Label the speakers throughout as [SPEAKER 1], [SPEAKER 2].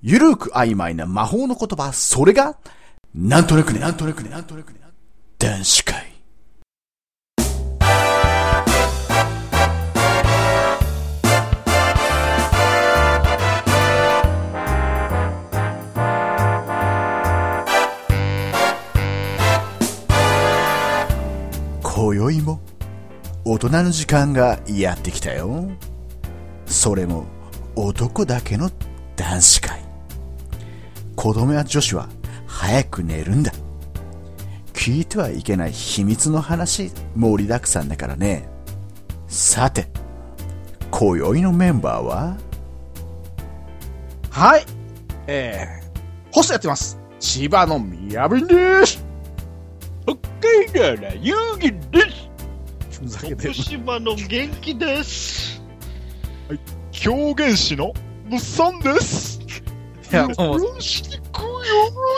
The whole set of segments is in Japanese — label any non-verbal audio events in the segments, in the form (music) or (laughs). [SPEAKER 1] ゆるく曖昧な魔法の言葉、それが、なんとなくね、なんとなくね、なんとなくね、男子会。今宵も、大人の時間がやってきたよ。それも、男だけの男子会。子供や女子は早く寝るんだ聞いてはいけない秘密の話盛りだくさんだからねさて今宵のメンバーは
[SPEAKER 2] はい。えー、ホストやってます。千葉のみやびんです。
[SPEAKER 3] 北海道の遊
[SPEAKER 4] (laughs)
[SPEAKER 3] 戯です
[SPEAKER 2] ふざけて
[SPEAKER 3] 徳
[SPEAKER 2] る。
[SPEAKER 3] 島の元気です
[SPEAKER 5] 狂言師の物産です。
[SPEAKER 2] いや、も
[SPEAKER 3] よ
[SPEAKER 5] (laughs)
[SPEAKER 2] う、
[SPEAKER 3] ろしくよ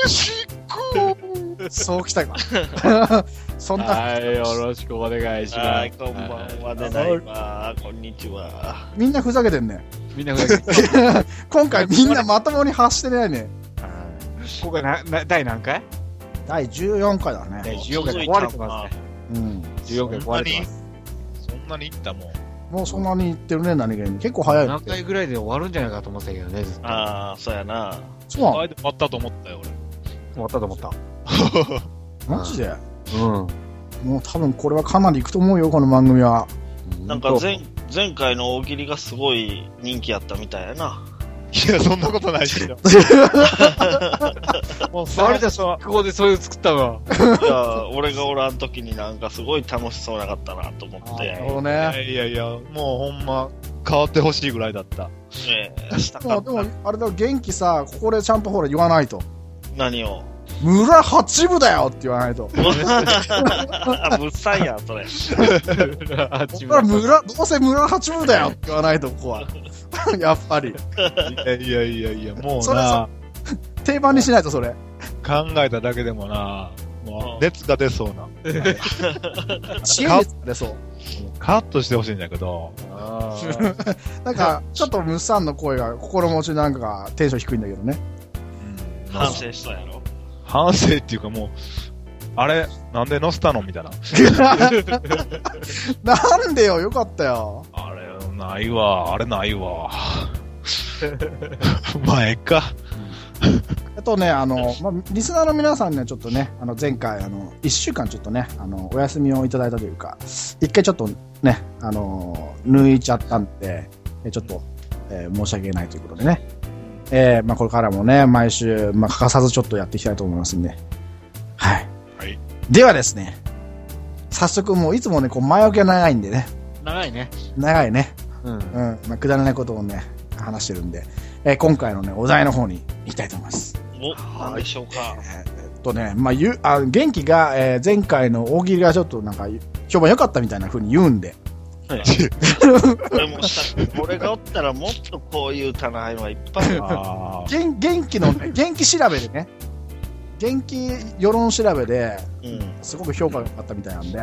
[SPEAKER 3] ろしく
[SPEAKER 2] そうきた
[SPEAKER 5] (laughs)
[SPEAKER 2] か。そんな、
[SPEAKER 4] はい、よろしくお願いします。
[SPEAKER 3] はい、こんばんは、ただいま、こんにちは。
[SPEAKER 2] みんなふざけてんね。
[SPEAKER 4] みんな (laughs) ふざけて、
[SPEAKER 2] 今回みんなまともに発してないね。
[SPEAKER 4] 今回な、な第何回
[SPEAKER 2] 第14回だね。
[SPEAKER 4] 第14回壊れてますね。
[SPEAKER 2] うん。
[SPEAKER 4] 14回壊れてます。
[SPEAKER 5] そんなにいったもん。
[SPEAKER 2] もうそんなに言ってるね、何気に。結構早いね
[SPEAKER 4] 何。回ぐらいで終わるんじゃないかと思ってたけどね、ずっと。終
[SPEAKER 3] ああ、そうやな。
[SPEAKER 2] そうな
[SPEAKER 5] あれで終わったと思ったよ、
[SPEAKER 4] わったと思った。
[SPEAKER 2] のマジで
[SPEAKER 4] うん。
[SPEAKER 2] もう多分これはかなりいくと思うよ、この番組
[SPEAKER 5] (laughs)
[SPEAKER 2] は。
[SPEAKER 3] なんか前、前回の大喜利がすごい人気やったみたいや
[SPEAKER 5] (laughs)
[SPEAKER 3] な。
[SPEAKER 5] 俺。いや、そんなことないし。もう
[SPEAKER 4] あれだ、そう。ここでそういう作ったわ。
[SPEAKER 3] いや、俺がおらん時になんかすごい楽しそうなかったなと思っ
[SPEAKER 2] な
[SPEAKER 3] て。
[SPEAKER 2] る
[SPEAKER 3] ね
[SPEAKER 2] ほど
[SPEAKER 5] い
[SPEAKER 2] ね。
[SPEAKER 5] やいやいや、もうほんま、変わってほしいぐらいだった。
[SPEAKER 3] えした
[SPEAKER 2] で
[SPEAKER 3] か
[SPEAKER 2] も、
[SPEAKER 3] っ
[SPEAKER 2] で
[SPEAKER 3] た。
[SPEAKER 2] もあれだ、元気さ、ここでちゃんとほら言わないと。
[SPEAKER 3] 何を
[SPEAKER 5] (laughs)
[SPEAKER 2] 村八部だよって言わないと。
[SPEAKER 3] (laughs) ぶっさいや、それ。
[SPEAKER 4] あ、
[SPEAKER 2] こ
[SPEAKER 4] 自
[SPEAKER 2] こか
[SPEAKER 4] 分の
[SPEAKER 2] ら村、どうせ村八部だよって言わないと、ここは。
[SPEAKER 5] (laughs)
[SPEAKER 2] やっぱり。
[SPEAKER 5] いやいやいやいや、も
[SPEAKER 2] そうれ
[SPEAKER 5] な
[SPEAKER 2] さ、定番にしないと、そ
[SPEAKER 5] (laughs)
[SPEAKER 2] れ。
[SPEAKER 5] 考えただけでもな、も
[SPEAKER 3] うん
[SPEAKER 5] う熱が出そうな。
[SPEAKER 2] 知恵熱が出そう。
[SPEAKER 5] カットしてほしいんだけど、
[SPEAKER 4] あ
[SPEAKER 2] なんか、ちょっとムッサンの声が心持ちなんかがテンション低いんだけどね。 (laughs)
[SPEAKER 5] うんまあ
[SPEAKER 3] 反省したやろ。
[SPEAKER 5] 反省っていうかもう、あれ、なんで乗せたのみたいな。
[SPEAKER 2] なんでよ、よかったよ。
[SPEAKER 5] あれ、ないわ、あれないわ。 (laughs) まあ、ええか。
[SPEAKER 2] あとね、あの、まあ、リスナーの皆さんね、ちょっとね、あの、前回、あの、一週間ちょっとね、あの、お休みをいただいたというか、一回ちょっとね、あの、抜いちゃったんで、えちょっと、えー申し訳ないということでね。えーまあ、これからもね、毎週、まあ、欠かさずちょっとやっていきたいと思いますんで。はい。
[SPEAKER 5] はい
[SPEAKER 2] ではですね、早速もういつもね、こう、前置きが長いんでね、
[SPEAKER 4] (laughs) 長いね。
[SPEAKER 2] 長いね、
[SPEAKER 4] うん。
[SPEAKER 2] うん、まあ、くだらないことをね、話してるんで、えー今回のね、お題の方に行きたいと思います。
[SPEAKER 3] お、なんでしょうか。
[SPEAKER 2] えっとね、まあ、ゆあ元気が、えー前回の大喜利がちょっとなんか、評判良かったみたいな風に言うんで、
[SPEAKER 3] 俺もした、俺がおったらもっとこういう棚合いはいっぱいある。
[SPEAKER 5] あ
[SPEAKER 2] 元元気の、ね、元気調べでね、元気世論調べで、
[SPEAKER 3] うん。
[SPEAKER 2] すごく評価が良かったみたいなんで、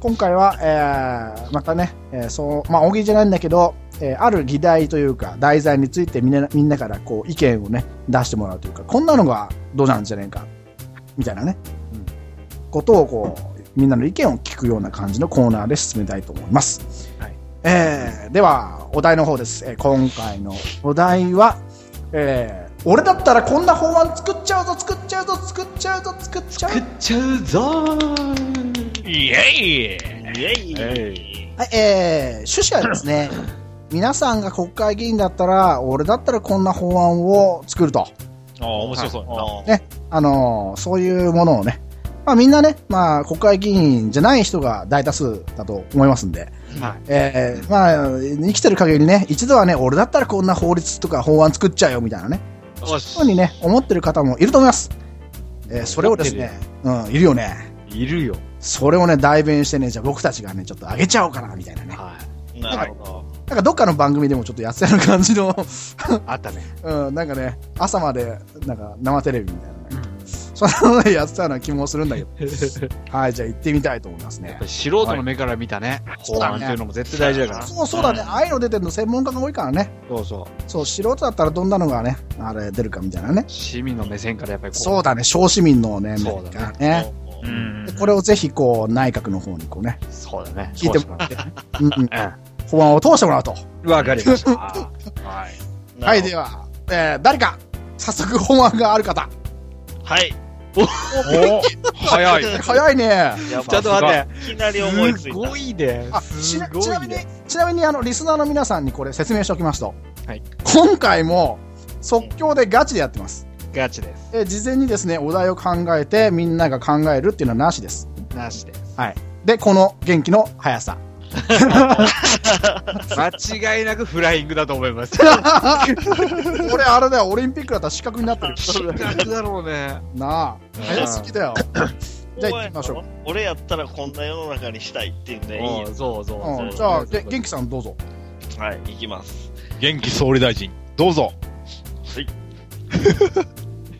[SPEAKER 2] 今回は、えーまたね、えーそう、まあ、大喜利じゃないんだけど、えーある議題というか、題材についてみんなみんなからこう意見をね、出してもらうというか、こんなのがどうなんじゃねえか、みたいなね、ことをこう、みんなの意見を聞くような感じのコーナーで進めたいと思います。
[SPEAKER 4] はい
[SPEAKER 2] えーでは、お題の方です。えー今回のお題は、えー俺だったらこんな法案作っちゃうぞ、作っちゃうぞ、作っちゃうぞ、作っちゃうぞ
[SPEAKER 4] 食っちゃうぞー
[SPEAKER 5] イ
[SPEAKER 3] イ
[SPEAKER 5] エイ
[SPEAKER 3] ェイ。
[SPEAKER 4] え
[SPEAKER 2] はい、えー、趣旨はですね、皆さんが国会議員だったら、俺だったらこんな法案を作ると。
[SPEAKER 5] ああ、面白そうやな。
[SPEAKER 3] あー
[SPEAKER 2] ね、あのーそういうものをね、まあみんなね、まあ国会議員じゃない人が大多数だと思いますんで、
[SPEAKER 4] はい
[SPEAKER 2] えーまあ生きてる限りね、一度はね、俺だったらこんな法律とか法案作っちゃうよみたいなね、
[SPEAKER 4] よし
[SPEAKER 2] そういうふうにね、思ってる方もいると思います。えーそれをですね、うん、いるよね。
[SPEAKER 4] いるよ。
[SPEAKER 2] それをね、代弁してね、じゃあ僕たちがね、ちょっとあげちゃおうかな、みたいなね。
[SPEAKER 4] はい。
[SPEAKER 3] なるほど。
[SPEAKER 2] なんかどっかの番組でもちょっとやってたような感じの、
[SPEAKER 4] あったね。
[SPEAKER 2] (laughs) うん、なんかね、朝まで、なんか生テレビみたいなね、そんなのやってたような気もするんだけど。はい、じゃあ行ってみたいと思いますね。
[SPEAKER 4] 素人の目から見たね、
[SPEAKER 2] そう
[SPEAKER 4] 法
[SPEAKER 2] だね
[SPEAKER 4] 案っていうのも絶対大事だから。
[SPEAKER 2] そうそうだね、ああいうの出てるの専門家が多いからね。
[SPEAKER 4] そうそう。
[SPEAKER 2] そう、素人だったらどんなのがね、あれ出るかみたいなね。
[SPEAKER 4] 市民の目線からやっぱりこう。
[SPEAKER 2] そうだね、小市民のね、
[SPEAKER 4] そうだ
[SPEAKER 2] ねね。
[SPEAKER 4] う
[SPEAKER 3] うん
[SPEAKER 4] ん
[SPEAKER 2] で。これをぜひこう、内閣の方にこうね、
[SPEAKER 4] そうだね。
[SPEAKER 2] 聞いて
[SPEAKER 4] もらって。
[SPEAKER 2] うんうん、法案を通してもらうと。
[SPEAKER 4] わかりました。はい。
[SPEAKER 2] はい、では、えー、誰か、早速法案がある方。
[SPEAKER 3] はい。
[SPEAKER 4] (laughs) お早い。 (laughs)
[SPEAKER 2] 早いね。
[SPEAKER 3] やば
[SPEAKER 4] ちょっと待って。
[SPEAKER 3] いきなり思いつ
[SPEAKER 4] す
[SPEAKER 3] いた。
[SPEAKER 4] ごいね
[SPEAKER 2] あ。ち
[SPEAKER 4] す
[SPEAKER 2] なち
[SPEAKER 4] ご
[SPEAKER 2] ないみに
[SPEAKER 4] ね。、
[SPEAKER 2] ちなみにあの、リスナーの皆さんにこれ説明しておきますと。
[SPEAKER 4] はい
[SPEAKER 2] 今回も、即興でガチでやってます。
[SPEAKER 4] ガチです。
[SPEAKER 2] えー事前にですね、お題を考えて、みんなが考えるっていうのはなしです。
[SPEAKER 4] なしです。
[SPEAKER 2] で、この元気の速さ。
[SPEAKER 4] 間違いなくフライングだと思います。 (laughs)
[SPEAKER 2] 俺、あれだよ、オリンピックだったら失格 (laughs) になってる。
[SPEAKER 4] だろうね。
[SPEAKER 2] なあ、早すぎだよ。じゃあ行ってみましょう。
[SPEAKER 3] 俺やったらこんな世の中にしたいっていうんで、いいよ
[SPEAKER 4] うんそうそう
[SPEAKER 2] う
[SPEAKER 4] そ
[SPEAKER 2] ん、
[SPEAKER 4] う。
[SPEAKER 2] じゃあ、げ元気さんどうぞ。
[SPEAKER 3] はい、行きます。
[SPEAKER 5] 元気総理大臣、どうぞ。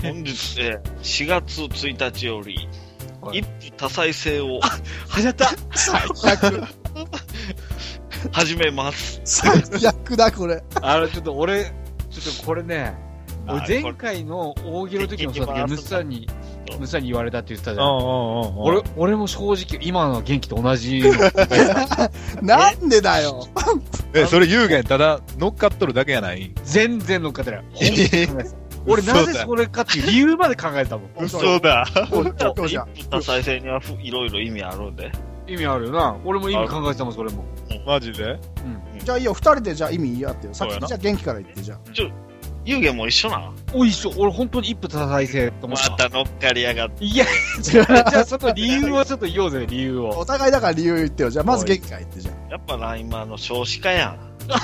[SPEAKER 3] 本日、えー4月1日より、
[SPEAKER 4] はい
[SPEAKER 3] 一夫多妻制を
[SPEAKER 4] はやっ
[SPEAKER 2] (laughs)
[SPEAKER 4] た。
[SPEAKER 2] 最悪。
[SPEAKER 3] 始
[SPEAKER 2] (laughs)
[SPEAKER 3] めます。
[SPEAKER 2] 最悪だ、これ。
[SPEAKER 4] あの、ちょっと俺、ちょっとこれね、
[SPEAKER 3] あ
[SPEAKER 4] 俺前回の大喜利の時もそうだけど、ム
[SPEAKER 3] 敵
[SPEAKER 4] ス
[SPEAKER 3] 敵
[SPEAKER 4] さんに、ムスさんに言われたって言ってたじゃん。
[SPEAKER 5] 俺
[SPEAKER 4] 俺、俺も正直、今の元気と同
[SPEAKER 2] (laughs)
[SPEAKER 4] じの。
[SPEAKER 2] なんでだよ。
[SPEAKER 5] え、それ有言、ただ乗っかっとるだけやない
[SPEAKER 4] 全然乗っかってない。本当に考
[SPEAKER 5] (laughs)
[SPEAKER 4] えてない俺なぜそれかっていう理由まで考えたもん。
[SPEAKER 5] 嘘だ。
[SPEAKER 3] 一夫
[SPEAKER 2] うじゃ
[SPEAKER 3] 多妻制にはふいろいろ意味あるんで。
[SPEAKER 4] 意味あるよな。俺も意味考えてたもん、それも。
[SPEAKER 5] マジで
[SPEAKER 2] じゃあいいよ、二人でじゃあ意味言い合ってよ。
[SPEAKER 5] そ
[SPEAKER 2] 先
[SPEAKER 5] うや
[SPEAKER 2] に
[SPEAKER 5] な
[SPEAKER 2] じゃあ元気から言って、じゃあ。
[SPEAKER 3] 湯気も一緒な。
[SPEAKER 4] おいしょ、俺本当に一歩多再生と思
[SPEAKER 3] ま
[SPEAKER 4] った。
[SPEAKER 3] た乗っかりやがって。
[SPEAKER 4] いや、じゃあ、じゃあちょっと理由をちょっと言おうぜ、理由を。
[SPEAKER 2] お互いだから理由言ってよ。じゃあまず元気から言って、じゃあ。
[SPEAKER 3] やっぱな、今の少子化やん。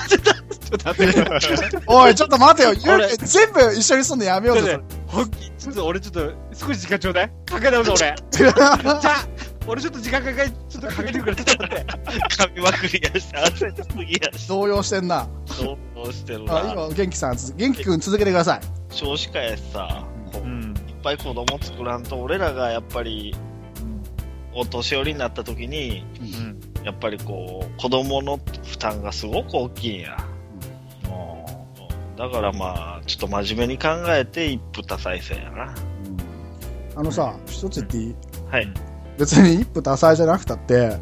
[SPEAKER 4] ちょっと待って、
[SPEAKER 2] (laughs) おい、ちょっと待てよ。
[SPEAKER 4] 俺
[SPEAKER 2] ゆうき全部一緒にすんのやめよう
[SPEAKER 4] ちょっと
[SPEAKER 2] ぜ。
[SPEAKER 4] ね本気、ちょっと俺ちょっと、少し時間ちょうだい。かけ直す、俺。じゃあ、俺ちょっと時間かかり、ちょっとかけてくれ、ちょっと待って。
[SPEAKER 3] 噛みまくりやして、焦りすぎや
[SPEAKER 2] (laughs)
[SPEAKER 3] し、
[SPEAKER 2] 動揺してんな。
[SPEAKER 3] どうしてる
[SPEAKER 2] あ、
[SPEAKER 3] な。
[SPEAKER 2] 今、元気さん、つ元気くん続けてください。
[SPEAKER 3] 少子化やしさ、こ
[SPEAKER 4] う
[SPEAKER 3] う
[SPEAKER 4] ん。
[SPEAKER 3] いっぱい子供作らんと、俺らがやっぱり、お年寄りになった時に、
[SPEAKER 4] うん。
[SPEAKER 3] やっぱりこう、子供の負担がすごく大きいんや。だからまあ、ちょっと真面目に考えて一夫多妻制やな。
[SPEAKER 2] あのさ、一つ言っていい
[SPEAKER 3] はい。
[SPEAKER 2] 別に一夫多妻じゃなくたって、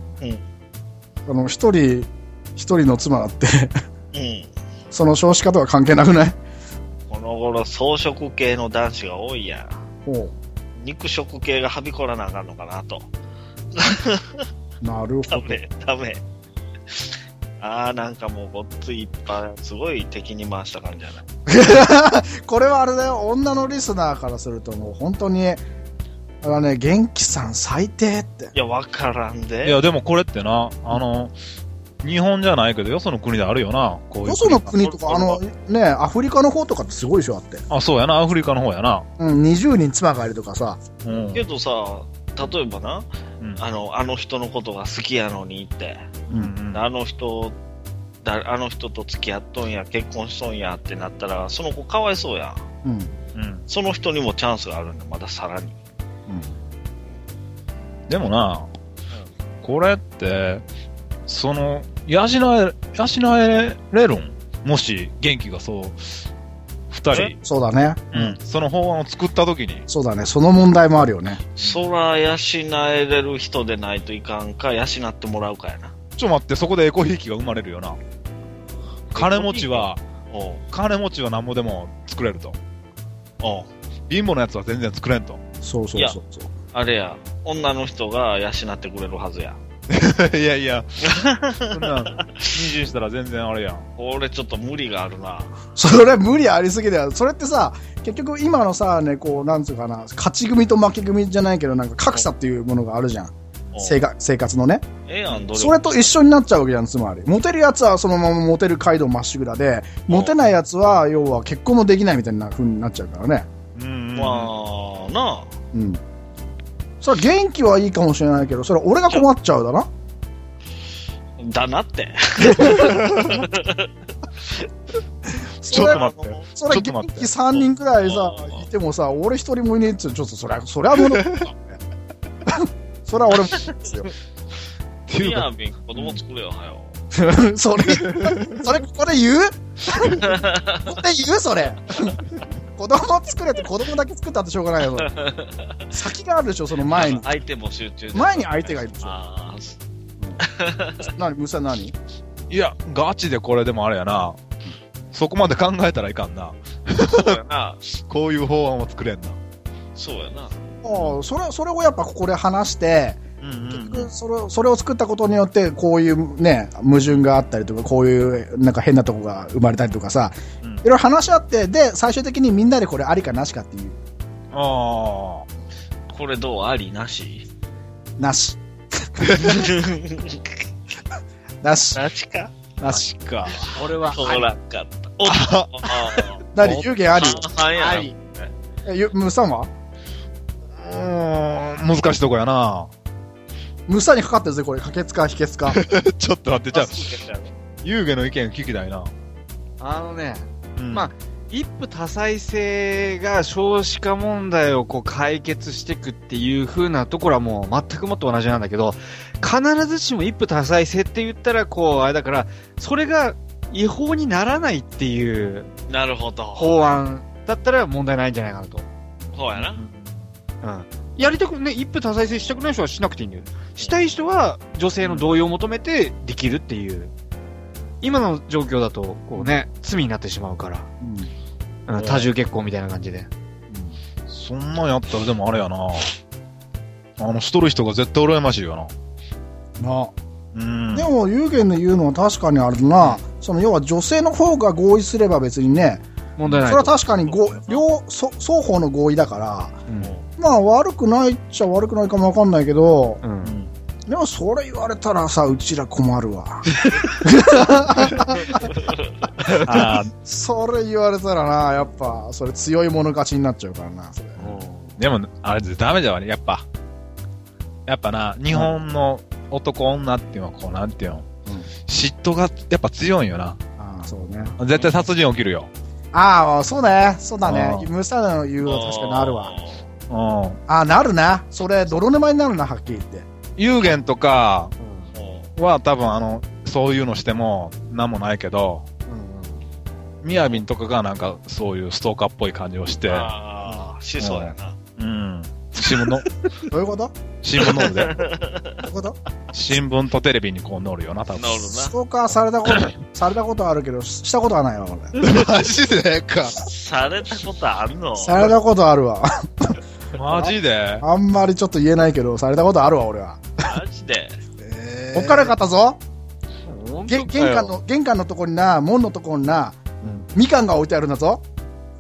[SPEAKER 2] あの、一人、一人の妻だって、 (laughs)
[SPEAKER 3] うん。
[SPEAKER 2] その少子化とは関係なくない
[SPEAKER 3] この頃、草食系の男子が多いやん。
[SPEAKER 2] ほ
[SPEAKER 3] 肉食系がはびこらなあかんのかなと。
[SPEAKER 2] う。なるほ
[SPEAKER 3] ダ
[SPEAKER 2] ど。
[SPEAKER 3] メ、ダメ。ああ、なんかもうごっついいっぱい、すごい敵に回した感じやな。
[SPEAKER 2] これはあれだよ、女のリスナーからするともう本当に、あれはね、元気さん最低って。
[SPEAKER 3] いや、わからん
[SPEAKER 5] い
[SPEAKER 3] で。
[SPEAKER 5] や、でもこれってな、あの、日本じゃないけど、よその国であるよな、こういう。
[SPEAKER 2] よその国とか、
[SPEAKER 3] そ
[SPEAKER 2] あ
[SPEAKER 3] う
[SPEAKER 2] の、ね、アフリカの方とかってすごいでしょ、あって。
[SPEAKER 5] あ、そうやな、アフリカの方やな。
[SPEAKER 2] うん、20人妻がいるとかさ。
[SPEAKER 5] うん。
[SPEAKER 3] けどさ、例えばな、
[SPEAKER 5] うん
[SPEAKER 3] あの、あの人のことが好きやのにって、
[SPEAKER 5] うん
[SPEAKER 3] あの人、だあの人と付き合っとんや、結婚しとんやってなったら、その子かわいそうやん。
[SPEAKER 2] うん。
[SPEAKER 5] うん
[SPEAKER 3] その人にもチャンスがあるんだ、まださらに。
[SPEAKER 5] でもな、これって、その、養え、養えれるんもし、元気がそう、二
[SPEAKER 3] え
[SPEAKER 5] 人、
[SPEAKER 2] そうだね。
[SPEAKER 5] うん、その法案を作った時に、
[SPEAKER 2] そうだね。その問題もあるよね。
[SPEAKER 3] そら、養えれる人でないといかんか、養ってもらうかやな。
[SPEAKER 5] ちょっと待って、そこでエコひいきが生まれるよな。金持ちは、
[SPEAKER 3] おう
[SPEAKER 5] 金持ちはなんぼでも作れると。
[SPEAKER 3] おう
[SPEAKER 5] 貧乏なやつは全然作れんと。 (laughs)
[SPEAKER 2] そうそうそうそう。
[SPEAKER 3] あれや、女の人が養ってくれるはずや。
[SPEAKER 5] いやいや、そんな、妊娠したら全然あれやん。
[SPEAKER 3] これちょっと無理があるな。
[SPEAKER 2] それ無理ありすぎだよ。それってさ、結局今のさ、ね、こう、なんつうかな、勝ち組と負け組じゃないけど、なんか格差っていうものがあるじゃん。
[SPEAKER 3] おう
[SPEAKER 2] 生活生活のね。
[SPEAKER 3] ええやん、どれ
[SPEAKER 2] それと一緒になっちゃうわけじゃん、つまり。モテるやつはそのままモテる街道まっしぐらで、モテないやつは、要は結婚もできないみたいな風になっちゃうからね。
[SPEAKER 5] うん、うん。
[SPEAKER 3] まあ、なあ。
[SPEAKER 2] うん。それ元気はいいかもしれないけど、それ俺が困っちゃうだな。
[SPEAKER 3] だなって。
[SPEAKER 5] ちょっと待って。
[SPEAKER 2] それ
[SPEAKER 5] ちょっと
[SPEAKER 2] 元
[SPEAKER 5] 待って
[SPEAKER 2] 気3人くらいさ
[SPEAKER 5] う、ん
[SPEAKER 2] いてもさ、俺一人もいねえっつうちょっとそりゃ、そりゃもう、そりゃ俺もです
[SPEAKER 5] (laughs)
[SPEAKER 2] よ。
[SPEAKER 5] っていうか、
[SPEAKER 3] ービン、子供作れよ、はよ。
[SPEAKER 2] それ、それここで言うここで言うそれ。子供作れって子供だけ作ったってしょうがないよ、それ先があるでしょ、その前に。
[SPEAKER 3] 相手も集中
[SPEAKER 2] 前に相手がいるでしょ。
[SPEAKER 3] ああ、
[SPEAKER 2] 何、むさ何
[SPEAKER 5] いや、ガチでこれでもあれやな。そこまで考えたらいかんな。
[SPEAKER 3] そうやな。
[SPEAKER 5] こういう法案を作れんな。
[SPEAKER 3] そうやな。
[SPEAKER 2] ああそれ、それをやっぱここで話して、
[SPEAKER 5] うん
[SPEAKER 2] 結局それ、それを作ったことによって、こういうね、矛盾があったりとか、こういうなんか変なとこが生まれたりとかさ、
[SPEAKER 5] うん
[SPEAKER 2] いろいろ話し合って、で、最終的にみんなでこれありかなしかっていう、
[SPEAKER 5] ああ。
[SPEAKER 3] これどうありなし
[SPEAKER 2] なし、
[SPEAKER 5] (laughs)
[SPEAKER 2] なし、
[SPEAKER 3] なしか
[SPEAKER 2] なし。
[SPEAKER 5] か。
[SPEAKER 4] 俺は
[SPEAKER 3] 通
[SPEAKER 4] あ
[SPEAKER 3] らんかった。おっああ
[SPEAKER 2] 何、有言あり
[SPEAKER 3] 半
[SPEAKER 4] り
[SPEAKER 3] 々
[SPEAKER 4] あ
[SPEAKER 3] や
[SPEAKER 4] り
[SPEAKER 2] えゆムサンは
[SPEAKER 5] うーん、難しいとこやな。 (laughs)
[SPEAKER 2] ムサにかかってるぜ、これ。可決か、否決か。
[SPEAKER 5] ちょっと待って、じゃあ
[SPEAKER 3] な。、
[SPEAKER 5] 遊戯の意見聞きたいな。
[SPEAKER 4] あのね
[SPEAKER 5] うん
[SPEAKER 4] まあ一夫多妻制が少子化問題をこう解決していくっていう風なところはもう全くもっと同じなんだけど必ずしも一夫多妻制って言ったらこうあれだからそれが違法にならないっていう
[SPEAKER 3] なるほど。
[SPEAKER 4] 法案だったら問題ないんじゃないかなと。
[SPEAKER 3] そうやな。
[SPEAKER 4] うん。やりたくね、一夫多妻制したくない人はしなくていいんだよ。したい人は女性の同意を求めてできるっていう。今の状況だと、こうね、罪になってしまうから。
[SPEAKER 2] うん
[SPEAKER 4] うん、多重結婚みたいな感じで。
[SPEAKER 5] そんなんやったらでもあれやな。あの、しとる人が絶対羨ましいよな。
[SPEAKER 2] な
[SPEAKER 5] うん。
[SPEAKER 2] でも、有言の言うのは確かにあるな。その、要は女性の方が合意すれば別にね、
[SPEAKER 4] 問題な
[SPEAKER 2] そ
[SPEAKER 4] い
[SPEAKER 2] れ
[SPEAKER 4] と
[SPEAKER 2] は。確かにご両そ双方の合意だから、
[SPEAKER 4] うん
[SPEAKER 2] まあ悪くないっちゃ悪くないかもわかんないけど、
[SPEAKER 4] うん
[SPEAKER 5] う。ん
[SPEAKER 3] (laughs)
[SPEAKER 2] でもそれ言われたらさ、うちら困るわ。
[SPEAKER 5] あー
[SPEAKER 2] (laughs) それ言われたらな、やっぱ、それ強い者勝ちになっちゃうからな、それ。
[SPEAKER 5] でも、あれダメじゃわね。やっぱ。やっぱな、日本の男女っていうのはこう、なんていうの、
[SPEAKER 2] うん
[SPEAKER 5] 嫉妬がやっぱ強いんよな。
[SPEAKER 2] ああ、そうね。
[SPEAKER 5] 絶対殺人起きるよ。
[SPEAKER 2] ああ、そうね、そうだね。
[SPEAKER 5] う
[SPEAKER 2] ムサの言うは確かにあるわ。。
[SPEAKER 5] うん。
[SPEAKER 2] ああ、なるな。それ、泥沼になるな、はっきり言って。
[SPEAKER 5] 有言とか
[SPEAKER 3] も
[SPEAKER 5] は多分あの、そういうのしても何もないけど、みやびんとかがなんかそういうストーカーっぽい感じをし
[SPEAKER 3] う
[SPEAKER 5] て、
[SPEAKER 3] ああ、しそうやな。
[SPEAKER 5] うん。新聞の、
[SPEAKER 2] どういうことど
[SPEAKER 5] 新聞乗るで。
[SPEAKER 2] ういう (laughs) こと
[SPEAKER 5] 新聞とテレビにこう乗るよな、多分。
[SPEAKER 3] なる
[SPEAKER 2] ストーカーされたこと、されたことはあるけど、ししたことはないわ、俺。
[SPEAKER 5] (laughs) マジでか。
[SPEAKER 3] な。されたことあんの
[SPEAKER 2] されたことあるわ。
[SPEAKER 5] マジで
[SPEAKER 2] あんまりちょっと言えないけど、されたことあるわ、俺は。
[SPEAKER 3] マジで。
[SPEAKER 2] おっかなかったぞ。
[SPEAKER 4] 本
[SPEAKER 2] げ
[SPEAKER 4] 当
[SPEAKER 2] 玄
[SPEAKER 4] かよ
[SPEAKER 2] 関の、玄関のとこにな、門のとこにな、みかんが置いてあるんだぞ。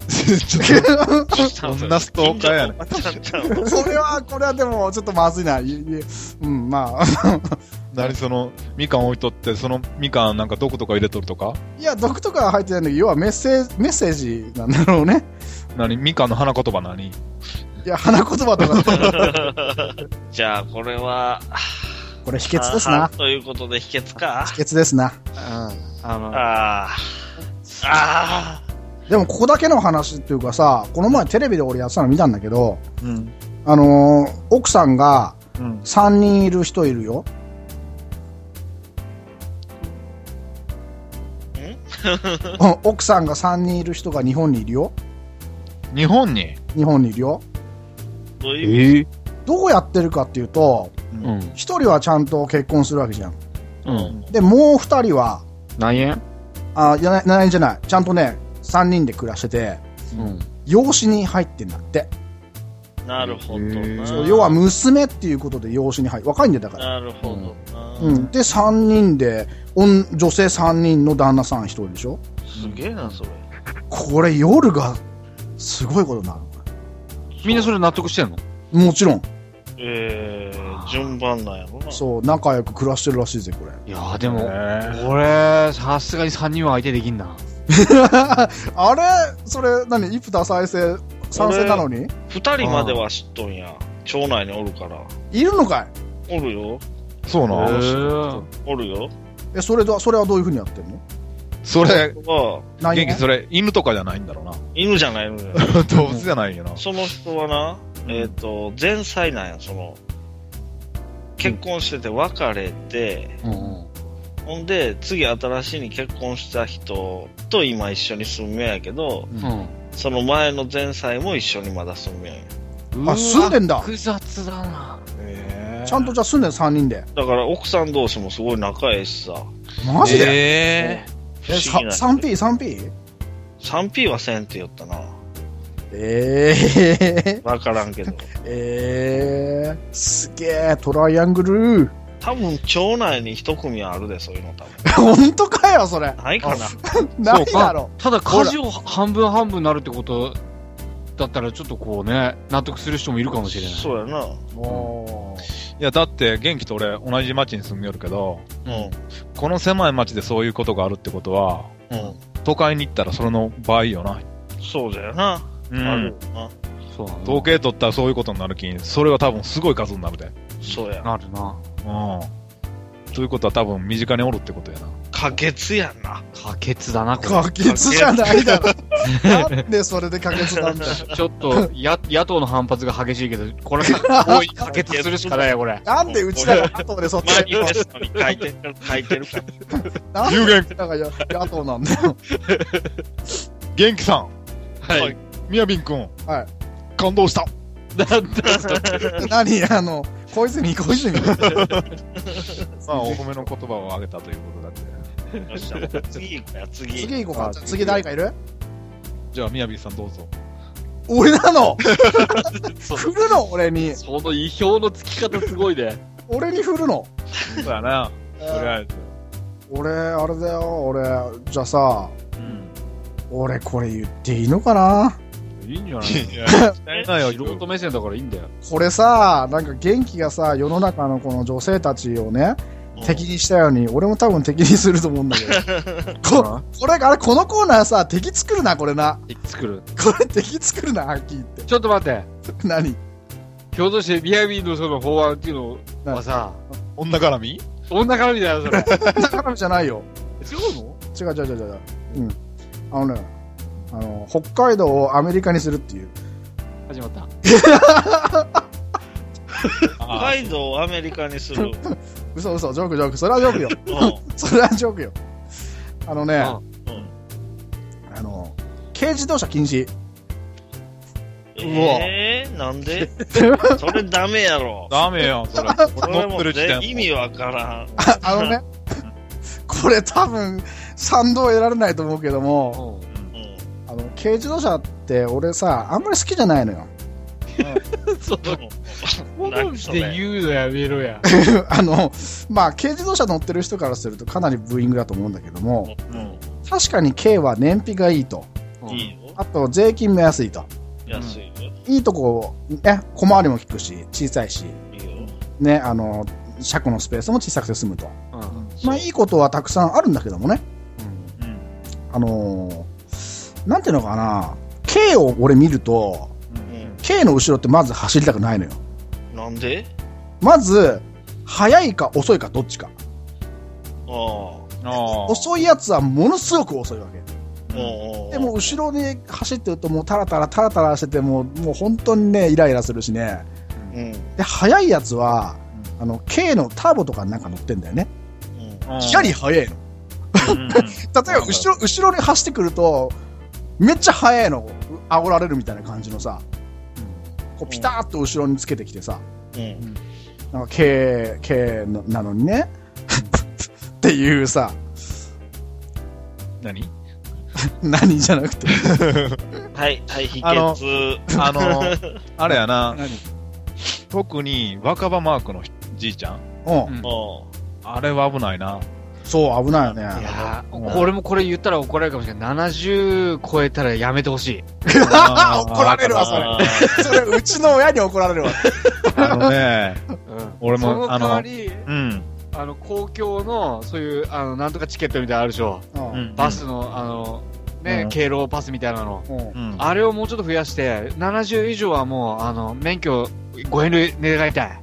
[SPEAKER 3] そ
[SPEAKER 5] んなストーカーやね
[SPEAKER 3] ね
[SPEAKER 2] それは、これはでも、ちょっとまずい (laughs) な。いいうん、まあ。 (laughs)
[SPEAKER 5] 何その、みかん置いとって、そのみかんなんか毒とか入れとるとか
[SPEAKER 2] いや、毒とかは入ってないんだけど、要はメッセージ、メッセージなんだろうね。
[SPEAKER 5] 何みかんの花言葉何
[SPEAKER 2] いや、花言葉と (laughs) か、
[SPEAKER 3] じゃあ、これは、
[SPEAKER 2] これ秘訣ですな
[SPEAKER 3] あ。ということで、秘訣か。
[SPEAKER 2] 秘訣ですな。
[SPEAKER 4] あの、
[SPEAKER 3] ああ。あ
[SPEAKER 2] でも、ここだけの話っていうかさ、この前テレビで俺やってたの見たんだけど、
[SPEAKER 5] うん。
[SPEAKER 2] あのー奥さんが
[SPEAKER 5] うん。
[SPEAKER 2] 3人いる人いるよ。うん奥さんが3人いる人が日本にいるよ。
[SPEAKER 5] 日本に
[SPEAKER 2] 日本にいるよ。
[SPEAKER 3] あ。どういう
[SPEAKER 4] え
[SPEAKER 2] どうやってるかっていうと、
[SPEAKER 4] うん。
[SPEAKER 2] 一人はちゃんと結婚するわけじゃん。
[SPEAKER 4] うん。
[SPEAKER 2] で、もう二人は、
[SPEAKER 4] 何円
[SPEAKER 2] あ、いやないないんじゃない。ちゃんとね、三人で暮らしてて、
[SPEAKER 4] うん。
[SPEAKER 2] 養子に入ってんだって。
[SPEAKER 3] なるほ
[SPEAKER 4] へ
[SPEAKER 3] どな。
[SPEAKER 4] ー
[SPEAKER 2] そう要は娘っていうことで養子に入る。若いんだよだから。
[SPEAKER 3] なるほどな。
[SPEAKER 2] うん。で、三人で、女女性三人の旦那さん一人でしょ
[SPEAKER 3] すげえな、それ。
[SPEAKER 2] これ夜が、すごいことになる。
[SPEAKER 4] みんなそれ納得してんの
[SPEAKER 2] もちろん。
[SPEAKER 3] えー、順番なんやろな。
[SPEAKER 2] そう、仲良く暮らしてるらしいぜ、これ。 (laughs)
[SPEAKER 4] いやーでも、
[SPEAKER 5] え
[SPEAKER 4] 俺、さすがに3人は相手できんな。
[SPEAKER 2] あれそれ、何一夫多妻制、賛成なのに
[SPEAKER 3] 二人までは知っとんや。町内におるから。
[SPEAKER 2] いるのかい
[SPEAKER 3] おるよ。
[SPEAKER 5] そうな
[SPEAKER 4] ー
[SPEAKER 3] おるよ。
[SPEAKER 2] え、それと、それはどういうふうにやってんの
[SPEAKER 5] それ、
[SPEAKER 3] 人が、
[SPEAKER 2] 何
[SPEAKER 5] 元気それ、犬とかじゃないんだろう (laughs) な。
[SPEAKER 3] 犬じゃないのよ。
[SPEAKER 5] 動物じゃないよな。
[SPEAKER 3] その人はな、えっ、と、前妻なんや、その、結婚してて別れて、ほんで、次新しいに結婚した人と今一緒に住むんやけど、その前の前妻も一緒にまだ住むんや。
[SPEAKER 2] あ住んでんだ
[SPEAKER 4] 複雑だな。
[SPEAKER 2] ちゃんとじゃあ住んでる3人で。
[SPEAKER 3] だから奥さん同士もすごい仲ええしさ、
[SPEAKER 2] マジで、
[SPEAKER 4] え
[SPEAKER 3] 不
[SPEAKER 2] え
[SPEAKER 3] 思
[SPEAKER 2] さ
[SPEAKER 3] 議な。
[SPEAKER 2] ?3P、3P?
[SPEAKER 3] 3P はせんって言ったな。
[SPEAKER 2] ええ
[SPEAKER 3] わからんけど。
[SPEAKER 2] ー、えー、すげえ、トライアングル。 (laughs)
[SPEAKER 3] 多分、町内に一組あるで、そういうの多分。
[SPEAKER 2] 本当かよ、それ。
[SPEAKER 3] ないかな。
[SPEAKER 2] ないだろ
[SPEAKER 4] ただ家事を半分半分になるってことだったらちょっとこうね、納得する人もいるかもしれない。
[SPEAKER 3] そうやな。
[SPEAKER 2] う。おー
[SPEAKER 5] いや、だって、元気と俺、同じ町に住みよるけど、
[SPEAKER 3] うん。
[SPEAKER 5] この狭い町でそういうことがあるってことは、
[SPEAKER 3] うん。
[SPEAKER 5] 都会に行ったらそれの倍よな。
[SPEAKER 3] そうじゃよな。
[SPEAKER 5] う
[SPEAKER 3] あるよ
[SPEAKER 5] ん。
[SPEAKER 3] な。
[SPEAKER 4] そうだな
[SPEAKER 5] 統計取ったらそういうことになるきん、それは多分すごい数になるで。うん。
[SPEAKER 3] そうや。
[SPEAKER 4] なるな。
[SPEAKER 5] ということは多分身近におるってことやな。
[SPEAKER 3] 可決やんな。
[SPEAKER 4] 可決だな、これ。
[SPEAKER 2] 可決じゃないだろ。なんでそれで可決なん
[SPEAKER 4] (laughs)
[SPEAKER 2] だよ。
[SPEAKER 4] ちょっと、や、野党の反発が激しいけど、これ、
[SPEAKER 2] (laughs)
[SPEAKER 4] 大いに可決するしかないよ、これ。
[SPEAKER 2] なんでうちらが野党でそっち
[SPEAKER 3] マニフェストに書いてる、書いてるから。。
[SPEAKER 2] なんで
[SPEAKER 5] 有
[SPEAKER 2] う
[SPEAKER 5] 言
[SPEAKER 2] ちらがや野党なんだよ。
[SPEAKER 5] 元気さん、
[SPEAKER 4] はい
[SPEAKER 5] みやびんくん、
[SPEAKER 2] はい。
[SPEAKER 5] 感動した。
[SPEAKER 4] なんだ、
[SPEAKER 2] 何あの、小泉、小泉。
[SPEAKER 5] まあ、お褒めの言葉をあげたということだって。
[SPEAKER 3] よっしゃ次行こうや、次。
[SPEAKER 2] 次行こうか。
[SPEAKER 4] あ
[SPEAKER 2] じゃあ次誰かいる
[SPEAKER 5] じゃあ、みやびんさんどうぞ。
[SPEAKER 2] 俺なの
[SPEAKER 4] そう
[SPEAKER 2] 振るの俺に。
[SPEAKER 4] その意表のつき方すごいね。
[SPEAKER 2] 俺に振るの。
[SPEAKER 5] (laughs) そうやな。とりあえず。
[SPEAKER 2] 俺、あれだよ、俺、じゃあさ、
[SPEAKER 5] うん。
[SPEAKER 2] 俺これ言っていいのかない
[SPEAKER 4] いんじゃない
[SPEAKER 5] いや、期
[SPEAKER 3] え
[SPEAKER 5] ないよ、い
[SPEAKER 4] 素人目線だからいいんだよ。
[SPEAKER 2] これさ、なんか元気がさ、世の中のこの女性たちをね、
[SPEAKER 3] うん
[SPEAKER 2] 敵にしたように、俺も多分敵にすると思うんだけ
[SPEAKER 3] (laughs)
[SPEAKER 2] ど。こ、これ、あれ、このコーナーさ、敵作るな、これな。
[SPEAKER 4] 作る。
[SPEAKER 2] これ敵作るな、はっきり言
[SPEAKER 4] ちょっと待って。
[SPEAKER 2] って。何
[SPEAKER 4] ひょっとして、ビアビーのその法案っていうのはさ、
[SPEAKER 5] (laughs) 女絡み
[SPEAKER 4] 女絡みだよ、それ。
[SPEAKER 2] 中身じゃないよ。
[SPEAKER 4] 違うの
[SPEAKER 2] 違う違う違う違う。うん。あのね、あの、北海道をアメリカにするっていう。
[SPEAKER 4] 始まった。
[SPEAKER 3] 北
[SPEAKER 5] あ
[SPEAKER 3] 海道をアメリカにする。
[SPEAKER 2] 嘘嘘、ジョークジョーク。それはジョー
[SPEAKER 3] (laughs)
[SPEAKER 2] クよ。
[SPEAKER 3] うん。
[SPEAKER 2] それはジョークよ。あのね、あ
[SPEAKER 3] うん
[SPEAKER 2] の、軽自動車禁止。
[SPEAKER 3] えー、なんでそれダメやろ。
[SPEAKER 5] ダメやん、 (laughs) それ。
[SPEAKER 3] それ
[SPEAKER 5] 乗っ
[SPEAKER 3] も
[SPEAKER 5] てる時点
[SPEAKER 3] ね意味わからん。
[SPEAKER 2] あのね、これ多分、賛同得られないと思うけども、
[SPEAKER 4] うん。
[SPEAKER 3] うん
[SPEAKER 2] あの、軽自動車って俺さ、あんまり好きじゃないのよ。 (laughs)
[SPEAKER 4] その、好
[SPEAKER 3] 何
[SPEAKER 4] み
[SPEAKER 3] そ
[SPEAKER 4] で
[SPEAKER 3] れ
[SPEAKER 4] 言うのやめろや。
[SPEAKER 2] あの、まあ、軽自動車乗ってる人からするとかなりブーイングだと思うんだけども、確かに軽は燃費がいいと。
[SPEAKER 3] うん。いいよ。
[SPEAKER 2] あと、税金も安いと。
[SPEAKER 3] 安いよ。
[SPEAKER 2] いいとこ、ね、小回りも利くし、小さいし、
[SPEAKER 3] いいよ。
[SPEAKER 2] ね、あの、車庫のスペースも小さくて済むと。
[SPEAKER 4] うん。
[SPEAKER 2] まあ、いいことはたくさんあるんだけどもね。
[SPEAKER 5] うん。
[SPEAKER 2] あのーなんていうのかな、K を俺見ると、
[SPEAKER 3] う
[SPEAKER 2] K の後ろってまず走りたくないのよ。
[SPEAKER 3] ん。なんで
[SPEAKER 2] まず、速いか遅いかどっちか。
[SPEAKER 3] ああ。
[SPEAKER 5] ああ。
[SPEAKER 2] 遅いやつはものすごく遅いわけ。
[SPEAKER 3] うん。
[SPEAKER 2] でも、後ろに走ってるともうタラタラタラタラしててもう、もう本当にね、イライラするしね。
[SPEAKER 3] うん。うん。
[SPEAKER 2] で、速いやつは、あの、K のターボとかになんか乗ってんだよね。
[SPEAKER 5] うん
[SPEAKER 2] キャリ速いの。
[SPEAKER 5] うんうん
[SPEAKER 2] 例えば後ろ後ろに走ってくるとめっちゃ速いのこう煽られるみたいな感じのさこうピタッと後ろにつけてきてさ
[SPEAKER 3] うん。
[SPEAKER 2] なんか K, K のなのにね (laughs) っていうさ
[SPEAKER 5] 何
[SPEAKER 2] (laughs) 何じゃなくて
[SPEAKER 3] はい、はい、秘
[SPEAKER 5] あの
[SPEAKER 3] 訣。
[SPEAKER 5] あ (laughs) の、あれやな、
[SPEAKER 2] 何
[SPEAKER 5] 特に若葉マークのじいちゃん。
[SPEAKER 2] うん
[SPEAKER 4] うん
[SPEAKER 3] う
[SPEAKER 5] あれは危ないな。
[SPEAKER 2] そう危ないよ
[SPEAKER 4] い
[SPEAKER 2] ね
[SPEAKER 4] やー
[SPEAKER 5] うん
[SPEAKER 4] 俺もこれ言ったら怒られるかもしれない。70超えたらやめてほしい。
[SPEAKER 5] あー
[SPEAKER 2] (laughs) 怒られるわ
[SPEAKER 5] だから
[SPEAKER 3] ん。
[SPEAKER 2] それうちの親に怒られるわ
[SPEAKER 5] あのね、
[SPEAKER 4] うん
[SPEAKER 5] 俺も
[SPEAKER 4] その代わり、
[SPEAKER 5] うん。
[SPEAKER 4] あの、公共の、そういう、あの、なんとかチケットみたいなのあるでしょ。
[SPEAKER 2] うん
[SPEAKER 5] うん
[SPEAKER 4] バスの、あの、
[SPEAKER 5] う
[SPEAKER 4] ね
[SPEAKER 5] ん、
[SPEAKER 4] 経路パスみたいなの。
[SPEAKER 2] うん
[SPEAKER 5] うん。
[SPEAKER 4] あれをもうちょっと増やして、70以上はもう、あの、免許、ご返礼願いたい。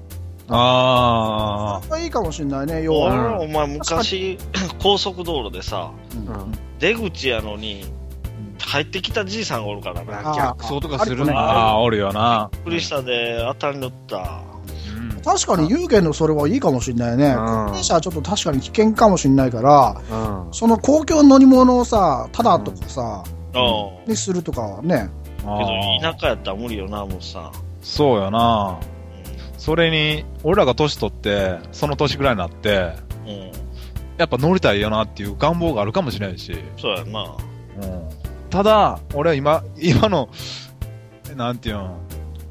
[SPEAKER 5] あ
[SPEAKER 2] いいかもしんないね要
[SPEAKER 3] 俺
[SPEAKER 2] は
[SPEAKER 3] らお前昔、高速道路でさ、
[SPEAKER 4] うん。
[SPEAKER 3] 出口やのに、入ってきたじいさんがおるからな。
[SPEAKER 2] あー
[SPEAKER 4] 逆走とかするんだ
[SPEAKER 5] ああ、おるよな。
[SPEAKER 3] びっくりしたで、当たり乗った。
[SPEAKER 4] うん
[SPEAKER 2] 確かに有権のそれはいいかもしれないね。
[SPEAKER 4] うん
[SPEAKER 2] 高齢者はちょっと確かに危険かもしれないから、
[SPEAKER 4] うん
[SPEAKER 2] その公共の乗り物をさ、ただとかさ、
[SPEAKER 3] うん。け
[SPEAKER 2] にするとかはね。
[SPEAKER 5] あ
[SPEAKER 3] ど、
[SPEAKER 5] あ
[SPEAKER 3] 田舎やったら無理よな、もうさ。
[SPEAKER 5] そうやな。
[SPEAKER 3] う
[SPEAKER 5] それに、俺らが年取って、その年ぐらいになって、
[SPEAKER 3] ん。うん。
[SPEAKER 5] やっぱ乗りたいよなっていう願望があるかもしれないし。
[SPEAKER 3] そうやな。
[SPEAKER 5] うんただ、俺は今、今の、なんていうん、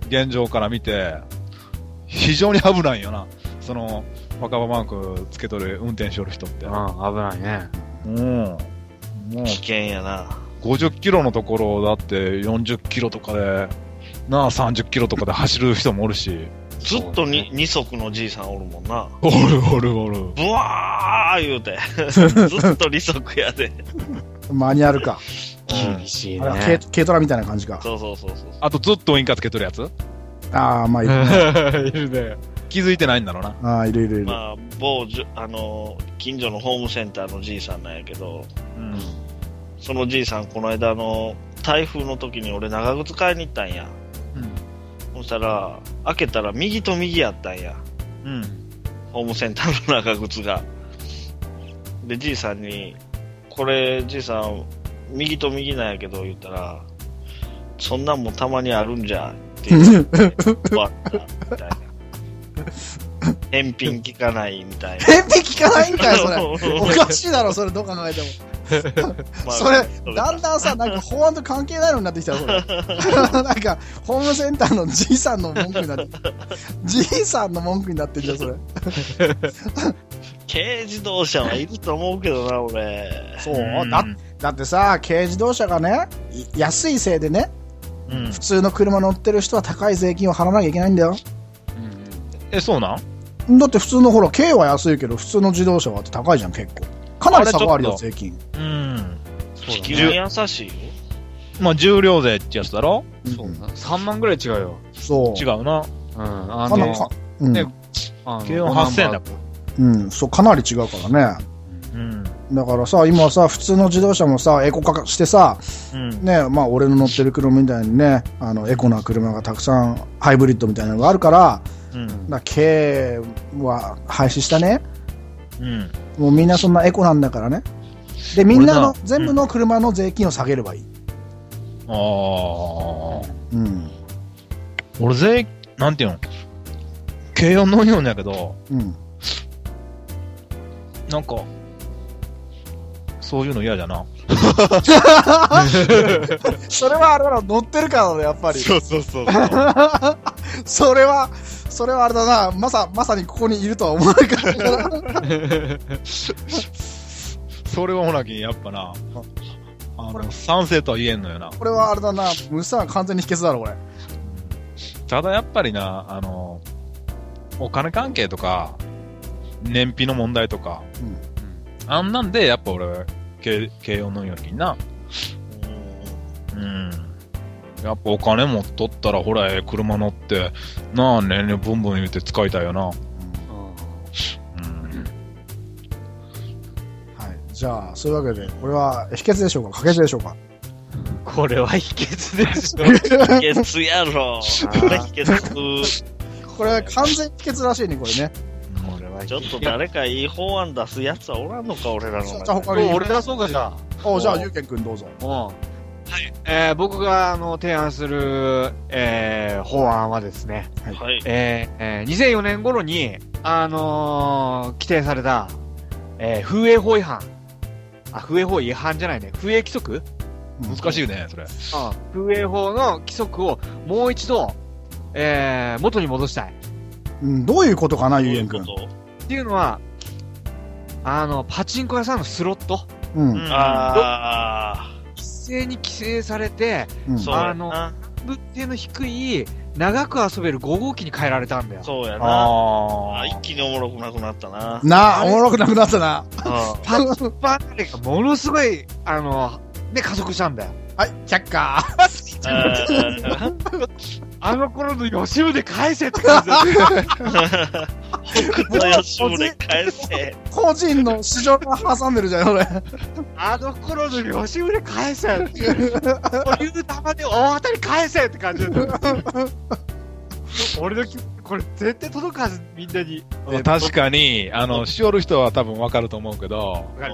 [SPEAKER 5] 現状から見て、非常に危ないよな。その、若葉マークつけとる運転しよる人って。
[SPEAKER 4] うん危ないね。
[SPEAKER 5] うん。もう、
[SPEAKER 3] 危険やな。
[SPEAKER 5] 50キロのところをだって40キロとかで、なあ、30キロとかで走る人もおるし。
[SPEAKER 3] ずっとに二足のじいさんおるもんな。
[SPEAKER 5] おるおるおる。
[SPEAKER 3] ブワー言うて。ずっと二足やで。
[SPEAKER 2] マニュアルか。
[SPEAKER 4] 厳しい
[SPEAKER 2] あれは
[SPEAKER 4] ね。
[SPEAKER 2] 軽軽トラみたいな感じか。
[SPEAKER 3] そうそうそうそう。
[SPEAKER 5] あとずっとウインカーつけとるやつ
[SPEAKER 2] ああ、まあいる。
[SPEAKER 5] いるね。気づいてないんだろうな。
[SPEAKER 2] ああ、いるいる (laughs) いる。
[SPEAKER 3] まあ、某じゅ、あの、近所のホームセンターのじいさんなんやけど、
[SPEAKER 5] うん。
[SPEAKER 3] そのじいさん、この間、あの、台風の時に俺、長靴買いに行ったんや。そしたら、開けたら右と右やったんや。
[SPEAKER 5] うん。
[SPEAKER 3] ホームセンターの長靴が。で、じいさんに、これ、じいさん、右と右なんやけど、言ったら、そんなんもたまにあるんじゃ、って言って、終わった、みたいな。返品聞かない、みたいな。
[SPEAKER 2] 返品聞かないんかよ、それ。おかしいだろ、それ、どう考えても。
[SPEAKER 3] まあ
[SPEAKER 2] それ
[SPEAKER 3] れ、
[SPEAKER 2] だんだんさ、なんか法案と関係ないのになってきたよ、それ。なんか、ホームセンターのじいさんの文句になってきた。じいさんの文句になってんじゃん、それ。
[SPEAKER 3] 軽自動車はいると思うけどな、俺。
[SPEAKER 2] そうう。
[SPEAKER 5] ん
[SPEAKER 2] だだってさ、軽自動車がね、い安いせいでね、
[SPEAKER 5] うん
[SPEAKER 2] 普通の車乗ってる人は高い税金を払わなきゃいけないんだよ。
[SPEAKER 5] え、そうなん
[SPEAKER 2] だって普通のほら、軽は安いけど、普通の自動車はって高いじゃん、結構。かなり差がある
[SPEAKER 5] あ
[SPEAKER 2] よ、
[SPEAKER 5] れち
[SPEAKER 2] 税金。
[SPEAKER 5] うん。
[SPEAKER 3] 地球に優しいよ。
[SPEAKER 5] まあ、重量税ってやつだろ
[SPEAKER 4] そうな。3万ぐらい違うよ。
[SPEAKER 2] そう。
[SPEAKER 5] 違うな。
[SPEAKER 4] うん。あ
[SPEAKER 2] かなか
[SPEAKER 4] の、
[SPEAKER 2] うん
[SPEAKER 5] ね
[SPEAKER 4] あの
[SPEAKER 5] 軽音8000円だも
[SPEAKER 2] うん、そう、かなり違うからね。
[SPEAKER 5] うん。
[SPEAKER 2] だからさ、今さ、普通の自動車もさ、エコ化してさ、
[SPEAKER 5] うん。
[SPEAKER 2] ね、まあ、俺の乗ってる車みたいにね、あの、エコな車がたくさん、ハイブリッドみたいなのがあるから、
[SPEAKER 5] うん。
[SPEAKER 2] だ軽は廃止したね。
[SPEAKER 5] うん。
[SPEAKER 2] もうみんなそんなエコなんだからね。で、みんなの
[SPEAKER 5] 俺、な
[SPEAKER 2] 全部の車の税金を下げればいい。
[SPEAKER 5] ああ。
[SPEAKER 2] うん。
[SPEAKER 5] 俺税、なんていうの軽音のようんだけど、
[SPEAKER 2] うん。
[SPEAKER 5] なんか、そういうの嫌じゃな。
[SPEAKER 2] それはあれだろ、乗ってるからだね、やっぱり。
[SPEAKER 5] うそうそう。
[SPEAKER 2] それは、それはあれだな、まさ、まさにここにいるとは思わないから。
[SPEAKER 5] (laughs) それはほなき、やっぱな、 (laughs) あ
[SPEAKER 2] これ
[SPEAKER 5] の、賛成とは言えんのよな。
[SPEAKER 2] これはあれだな、無産完全に否決だろ、これ。
[SPEAKER 5] ただやっぱりな、あの、お金関係とか、燃費の問題とか、
[SPEAKER 2] うん
[SPEAKER 5] あんなんで、やっぱ俺、軽軽音のようにな。うん。やっぱお金持っとったら、ほら、ええ車乗って、なあ、燃料ブンブン言うて使いたいよな。うん。
[SPEAKER 2] はい。じゃあ、そういうわけで、これは否決でしょうか可決でしょうか
[SPEAKER 4] これは秘訣でしょ。
[SPEAKER 3] 秘訣やろ。これ秘訣。
[SPEAKER 2] これ、完全否決らしいね、これね。
[SPEAKER 4] これは秘訣
[SPEAKER 3] ちょっと誰かいい法案出すやつはおらんのか、俺らの
[SPEAKER 2] じゃあ、
[SPEAKER 3] 中
[SPEAKER 2] 他
[SPEAKER 3] で。
[SPEAKER 4] (laughs)
[SPEAKER 2] に。
[SPEAKER 4] 俺出そうか、じゃあ。
[SPEAKER 2] おじゃあ、ゆうけんくんどうぞ。
[SPEAKER 4] うん。はい。えー僕が、あの、提案する、えー法案はですね、
[SPEAKER 3] はい。
[SPEAKER 4] えーえー2004年頃に、あのー規定された、えー風営法違反。あ、風営法違反じゃないね。風営規則
[SPEAKER 5] 難しいね、それ。
[SPEAKER 4] うん。風営法の規則をもう一度、えー元に戻したい。
[SPEAKER 2] うん、どういうことかな、
[SPEAKER 3] ど
[SPEAKER 2] ゆ
[SPEAKER 3] う
[SPEAKER 2] う
[SPEAKER 3] い
[SPEAKER 2] けん
[SPEAKER 3] う
[SPEAKER 2] く
[SPEAKER 3] こ
[SPEAKER 2] ん。
[SPEAKER 3] と
[SPEAKER 4] っていうのは、あの、パチンコ屋さんのスロット、
[SPEAKER 2] うん。
[SPEAKER 3] あ
[SPEAKER 4] 一斉に規制されて、
[SPEAKER 2] うん
[SPEAKER 3] あ、そうやな。
[SPEAKER 4] 物定の低い、長く遊べる5号機に変えられたんだよ。
[SPEAKER 3] そうやな。
[SPEAKER 5] あ
[SPEAKER 3] あ一気におもろくなくなったな。
[SPEAKER 2] なあ、おもろくなくなったな。
[SPEAKER 4] パチンコあたりがものすごい、あの、ね、加速したんだよ。
[SPEAKER 2] はい、却下。
[SPEAKER 3] うん
[SPEAKER 4] あの頃の吉宗返せって感じだった。
[SPEAKER 3] 北斗吉宗返せ。
[SPEAKER 2] 個人の市場が挟んでるじゃん、俺。
[SPEAKER 4] あの頃の吉宗返せっていう、そういう玉で大当たり返せって感じだった。
[SPEAKER 5] (laughs)
[SPEAKER 4] 俺の気持ちこれ絶対届くはず、みんなに。
[SPEAKER 5] まあ確かに、あの、しおる人は多分わかると思うけど、
[SPEAKER 4] わか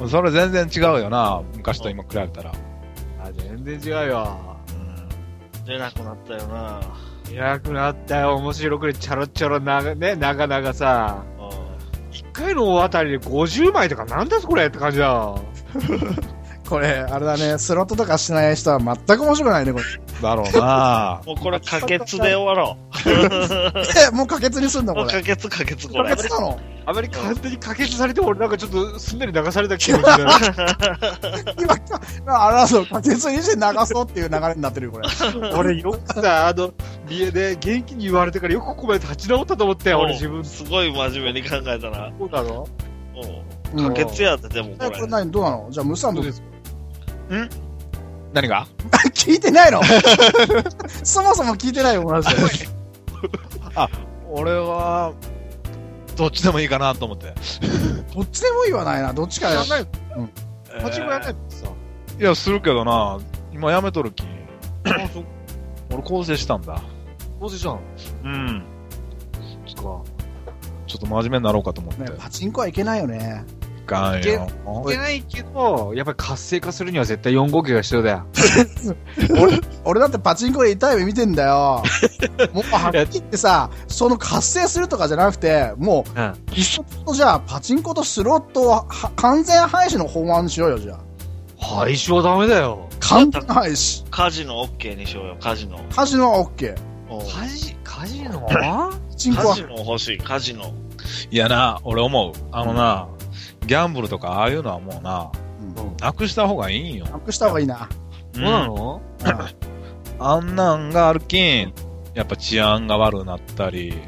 [SPEAKER 4] る
[SPEAKER 5] それ全然違うよな、昔と今比べたら。
[SPEAKER 4] あ、全然違うよ。
[SPEAKER 3] 出なくなったよな。
[SPEAKER 4] いなくなったよ。面白くて、チャロチャロな、ね、長々さ。一回の大当たりで50枚とかなんだそこれって感じだよ。
[SPEAKER 2] これ、あれだね、スロットとかしない人は全く面白くないね、これ。
[SPEAKER 5] だろうな
[SPEAKER 3] もうこれ可決で終わろ
[SPEAKER 2] え、もう可決にすんの、
[SPEAKER 3] う。も
[SPEAKER 2] こ
[SPEAKER 3] う
[SPEAKER 2] れ。
[SPEAKER 3] 可決可決こ
[SPEAKER 2] 可
[SPEAKER 3] れ。
[SPEAKER 2] 決なの
[SPEAKER 4] あまり簡単に可決されても俺なんかちょっとすんなり流された気持ちだな
[SPEAKER 2] 今、あれだぞ、可決にして流そうっていう流れになってるよ、これ。
[SPEAKER 4] 俺よくさ、あの、理恵で元気に言われてからよくここまで立ち直ったと思ったよ、俺自分。
[SPEAKER 3] すごい真面目に考えたな。
[SPEAKER 4] そうだろ
[SPEAKER 3] うん可決やって、でもこ
[SPEAKER 2] え、
[SPEAKER 3] れ。
[SPEAKER 2] これ何、どうなのじゃあ、ムサンド、
[SPEAKER 5] (laughs) 何が
[SPEAKER 2] 聞いてないの (laughs) そもそも聞いてないよ、マジで。
[SPEAKER 5] 俺は、どっちでもいいかなと思って。
[SPEAKER 2] どっちでも言わないな、どっちか
[SPEAKER 4] や
[SPEAKER 2] よ
[SPEAKER 4] ん。ない
[SPEAKER 5] え
[SPEAKER 4] パチンコやんない
[SPEAKER 5] ー
[SPEAKER 4] もんさ。
[SPEAKER 5] いや、するけどな、今やめとるき。俺構成したんだ。
[SPEAKER 4] どうせじゃん。
[SPEAKER 5] うん。
[SPEAKER 4] そっか。
[SPEAKER 5] ちょっと真面目になろうかと思って。
[SPEAKER 2] ね、パチンコはいけないよね。
[SPEAKER 5] いかん
[SPEAKER 4] いけ
[SPEAKER 5] よ。
[SPEAKER 4] いけないけど、やっぱり活性化するには絶対4号機が必要だよ。
[SPEAKER 2] 俺、俺だってパチンコで痛い目見てんだよ。もうはっきり言ってさ、その活性するとかじゃなくて、もう、
[SPEAKER 4] うん
[SPEAKER 2] いっそとじゃあ、パチンコとスロットをは完全廃止の法案にしようよ、じゃあ。
[SPEAKER 4] 廃止はダメだよ。
[SPEAKER 2] 完全廃止。
[SPEAKER 3] カジノ OK にしようよ、カジノ。
[SPEAKER 2] カジノは OK。
[SPEAKER 3] うん
[SPEAKER 4] カジ、カジノは
[SPEAKER 2] パチンコ
[SPEAKER 3] カ
[SPEAKER 2] は
[SPEAKER 3] ジノ欲しい、カジノ。
[SPEAKER 5] いやな、俺思う。あのな、ギャンブルとかああいうのはもうな、
[SPEAKER 2] うん
[SPEAKER 5] なくした方がいいんよ。
[SPEAKER 2] なくした方がいいな。
[SPEAKER 4] そうなの
[SPEAKER 5] あんなんがあるきん、やっぱ治安が悪なったり、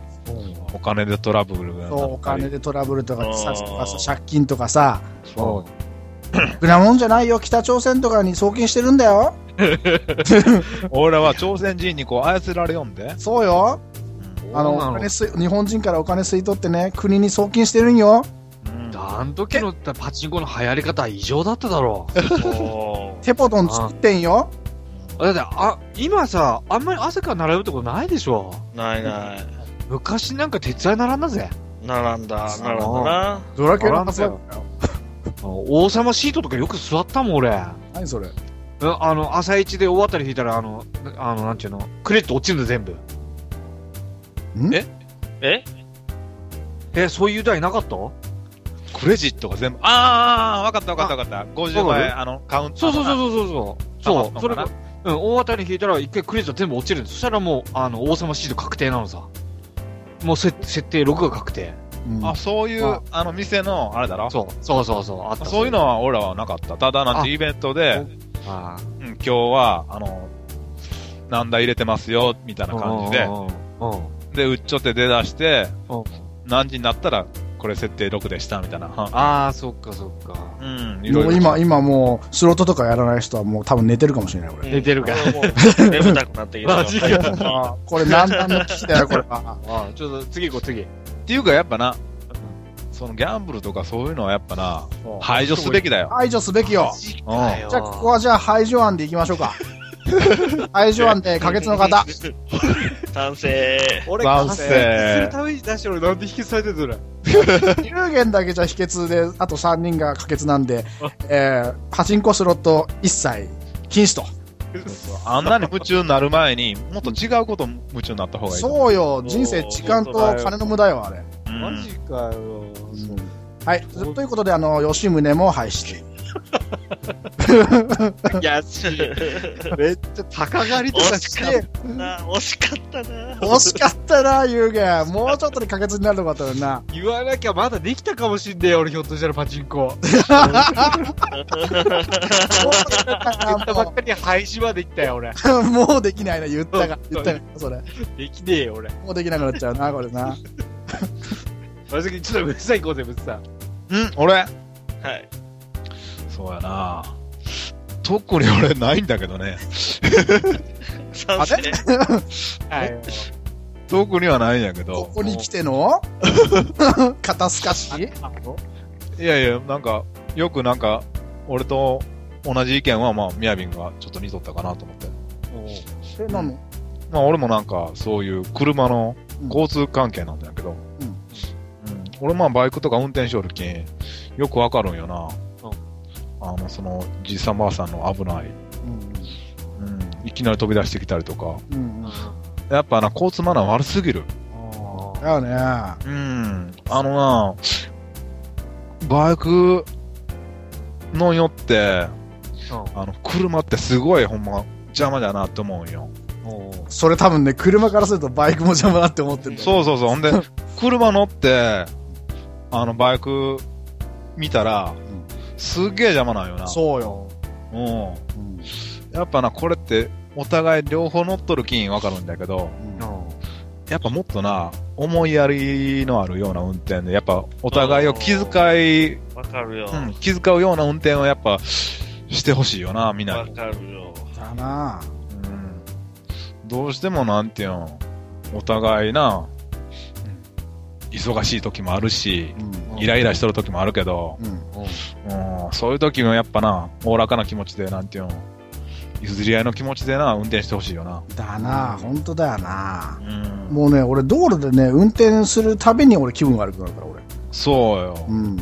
[SPEAKER 5] お金でトラブルがなった
[SPEAKER 2] そう
[SPEAKER 5] り。
[SPEAKER 2] お金でトラブルとか自殺とか
[SPEAKER 3] あ
[SPEAKER 2] さ、
[SPEAKER 3] ー
[SPEAKER 2] 借金とかさ、
[SPEAKER 4] そ
[SPEAKER 2] ろくなもんじゃないよ、北朝鮮とかに送金してるんだよ。
[SPEAKER 5] 俺は朝鮮人にこう操られよんで。
[SPEAKER 2] そうよ。
[SPEAKER 4] う。
[SPEAKER 2] あの、お
[SPEAKER 4] そうな
[SPEAKER 2] 金すい日本人からお金吸い取ってね、国に送金してるんよ。
[SPEAKER 5] うん
[SPEAKER 4] あの時のパチンコの流行り方は異常だっただろう。
[SPEAKER 3] おー
[SPEAKER 2] テポドン作ってんよ。
[SPEAKER 4] だって、あ、今さ、あんまり汗から並ぶってことないでしょ。
[SPEAKER 3] ないない。
[SPEAKER 4] 昔なんか鉄材並んだぜ。
[SPEAKER 3] 並んだ、
[SPEAKER 4] そう
[SPEAKER 3] 並んだな。
[SPEAKER 2] ドラキュラの
[SPEAKER 4] あら (laughs) 王様シートとかよく座ったもん、俺。
[SPEAKER 2] 何それ
[SPEAKER 4] うんあの、朝一で大当たり引いたら、あの、なあの、なんていうの、クレジット落ちるんだ、全部。
[SPEAKER 3] え
[SPEAKER 4] え、そういう台なかった
[SPEAKER 5] クレジットが全部、ああ、わかったわかったわかった。50
[SPEAKER 4] わか
[SPEAKER 5] 枚、
[SPEAKER 4] る
[SPEAKER 5] あの、カウント。
[SPEAKER 4] そうそうそう
[SPEAKER 5] う。
[SPEAKER 4] そうそう。
[SPEAKER 5] あ
[SPEAKER 4] そ
[SPEAKER 5] あ
[SPEAKER 4] う、それが、うん、大当たり引いたら、一回クレジット全部落ちるんです。そしたらもう、あの、王様シート確定なのさ。もうせ、設定6が確定。
[SPEAKER 2] うん
[SPEAKER 5] あ、そういう、
[SPEAKER 4] あ
[SPEAKER 5] あの、店の、あれだろ
[SPEAKER 4] そう、そうそうそう、あった。
[SPEAKER 5] そういうのは俺らはなかった。ただなんてイベントで、
[SPEAKER 4] あー、
[SPEAKER 5] うん今日は、あの、なんだ入れてますよ、みたいな感じで、
[SPEAKER 4] うんうんうん。
[SPEAKER 5] で、うっちょって出だして
[SPEAKER 4] うん、
[SPEAKER 5] 何時になったら、これ設定6でした、みたいな。は
[SPEAKER 4] ああ、そっかそっか。
[SPEAKER 5] うん、い
[SPEAKER 2] も
[SPEAKER 5] ろ
[SPEAKER 2] う
[SPEAKER 5] いろ。
[SPEAKER 2] 今、今もう、スロットとかやらない人はもう多分寝てるかもしれない、これ。
[SPEAKER 4] 寝てるか
[SPEAKER 3] うん。も
[SPEAKER 4] (laughs)
[SPEAKER 3] う眠たくなってきた。
[SPEAKER 4] マジか
[SPEAKER 2] あこれ難関の危機だよ、これは。
[SPEAKER 4] ああ、ちょっと次行こう、次。
[SPEAKER 5] っていうか、やっぱな、そのギャンブルとかそういうのはやっぱな、
[SPEAKER 2] そう
[SPEAKER 5] 排除すべきだよ。
[SPEAKER 2] 排除すべきよ。
[SPEAKER 4] じ
[SPEAKER 5] か
[SPEAKER 2] じゃあ、ここはじゃあ排除案でいきましょう
[SPEAKER 5] (laughs)
[SPEAKER 2] か。排除案で可決の方。
[SPEAKER 3] (laughs) 賛成。
[SPEAKER 4] 俺、
[SPEAKER 5] ワン
[SPEAKER 4] 活
[SPEAKER 5] セ
[SPEAKER 4] 性
[SPEAKER 5] ー
[SPEAKER 4] 化するために出してるなんで引きされてるの
[SPEAKER 2] 有限だけじゃ否決で、あと3人が可決なん
[SPEAKER 5] (laughs)
[SPEAKER 2] で、えー、パチンコスロット一切禁止と。
[SPEAKER 5] あんなに夢中になる前に、もっと違うこと夢中になった方がいい。う。
[SPEAKER 2] そうよ、人生時間と金の無駄よ、あれ。
[SPEAKER 4] マジかよ。
[SPEAKER 2] はい、ということで、あの、吉宗も廃止。
[SPEAKER 4] 安
[SPEAKER 3] (laughs)
[SPEAKER 4] い。めっちゃ高狩りとか
[SPEAKER 3] 惜
[SPEAKER 4] し
[SPEAKER 3] してかったな。惜しかったな。
[SPEAKER 2] 惜しかったな、有限。もうちょっとで可決になるのかとよな。
[SPEAKER 4] 言わなきゃまだできたかもしんねえ俺ひょっとしたらパチンコ。言ったばっかり廃止まで行ったよ俺。
[SPEAKER 2] もうできないな、言ったが。言ったが、それ。
[SPEAKER 4] できねえよ俺。
[SPEAKER 2] もうできなくなっちゃうな、これな。
[SPEAKER 4] 俺先にちょっとうるさい行こうぜ、ぶつさん。
[SPEAKER 5] うん、俺
[SPEAKER 3] はい。
[SPEAKER 5] そうやな特に俺ないんだけどね。
[SPEAKER 3] 賛成。
[SPEAKER 4] はい。
[SPEAKER 5] 特にはないんやけど。
[SPEAKER 2] ここに来ての肩透かし
[SPEAKER 5] いやいや、なんか、よくなんか、俺と同じ意見は、まあ、みやびんがちょっと似とったかなと思って。
[SPEAKER 2] え、なの
[SPEAKER 5] まあ、俺もなんか、そういう車の
[SPEAKER 2] うん
[SPEAKER 5] 交通関係なんだけど、
[SPEAKER 2] うん
[SPEAKER 5] うん俺まあ、バイクとか運転しよるきん、よくわかるんよな。あの、その、じいさんばあさんの危ない、うん、いきなり飛び出してきたりとか、
[SPEAKER 2] うん。うん。うん。
[SPEAKER 5] やっぱな、交通マナー悪すぎる。
[SPEAKER 2] だよね。
[SPEAKER 5] うん、あのな、バイクのよって、あの、車ってすごいほんま邪魔だなって思うんよ。
[SPEAKER 2] それ多分ね、車からするとバイクも邪魔だって思ってる。
[SPEAKER 5] そうそうそう。ほんで、車乗って、あの、バイク見たら、
[SPEAKER 2] ん
[SPEAKER 5] すっげえ邪魔なんよな。
[SPEAKER 2] そうよ。
[SPEAKER 5] う。ん。やっぱな、これって、お互い両方乗っとる金わかるんだけど、やっぱもっとな、思いやりのあるような運転で、やっぱお互いを気遣い、
[SPEAKER 3] わかるよ。
[SPEAKER 5] うん、気遣うような運転をやっぱしてほしいよな、みんな
[SPEAKER 3] わ
[SPEAKER 5] に。
[SPEAKER 3] かるよ。
[SPEAKER 2] だな
[SPEAKER 5] うんどうしてもなんていうんお互いな、忙しい時もあるし、
[SPEAKER 2] うん。
[SPEAKER 5] イライラしてる時もあるけど、
[SPEAKER 2] うん。
[SPEAKER 5] うん、そういう時もやっぱな、おおらかな気持ちで、なんていうん譲り合いの気持ちでな、運転してほしいよな。
[SPEAKER 2] だな本当だよな
[SPEAKER 5] うん、
[SPEAKER 2] もうね、俺道路でね、運転するたびに俺気分悪くなるから、俺。
[SPEAKER 5] そうよ。
[SPEAKER 2] うん。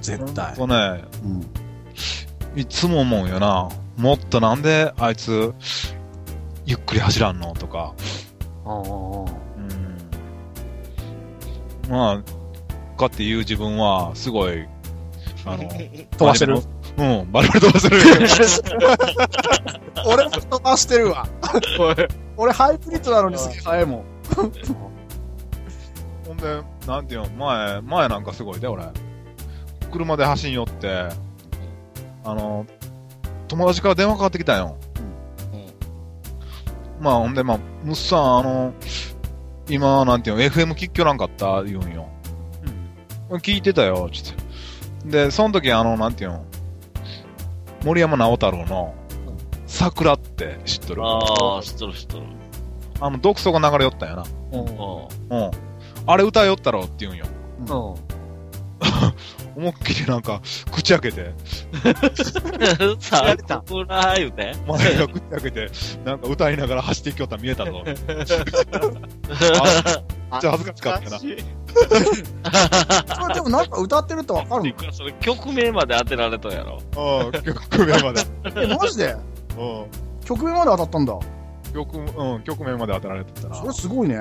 [SPEAKER 2] 絶対。
[SPEAKER 5] ほんとね、
[SPEAKER 2] うん。
[SPEAKER 5] いつも思うよな、もっとなんであいつ、ゆっくり走らんのとか。うんまあ、かっていう自分は、すごい、あ (laughs) の、
[SPEAKER 2] 飛ばしてる。
[SPEAKER 5] うん、バリバリ飛ばせる。
[SPEAKER 2] 俺も飛ばしてるわ。俺ハイブリッドなのにすげえ速いもん。
[SPEAKER 5] ほんで、なんていうの、前、前なんかすごいで、俺。車で走り寄って、あの、友達から電話かかってきたんよ。まあ、ほんで、まあ、むっさん、あの、今、なんていうの、FM 喫居なんかあった言うんよ。聞いてたよ、ちょっと。で、その時、あの、なんていうの、森山直太朗の、桜って知っとる。
[SPEAKER 3] ああ、知っとる知っとる。
[SPEAKER 5] あの、独奏が流れ寄ったんやな。
[SPEAKER 3] う
[SPEAKER 5] うん。あれ歌いよったろって言うんよ。思いっきりなんか、口開けて、
[SPEAKER 3] ん。
[SPEAKER 4] (laughs)
[SPEAKER 3] さあ、こら言うて。
[SPEAKER 5] 前が口開けて、なんか歌いながら走っていきよったら見えたぞ。あじゃあ恥ずかしかったな。
[SPEAKER 2] それでもなんか歌ってるとわか (laughs) る
[SPEAKER 3] それ曲名まで当てられたやろ。
[SPEAKER 5] うん、曲名ま
[SPEAKER 2] の
[SPEAKER 5] で。
[SPEAKER 2] え、マジで
[SPEAKER 5] う
[SPEAKER 2] 曲名まで当たったんだ。
[SPEAKER 5] ん、曲、うん、曲名まで当てられてたな
[SPEAKER 2] そ。れすごいね。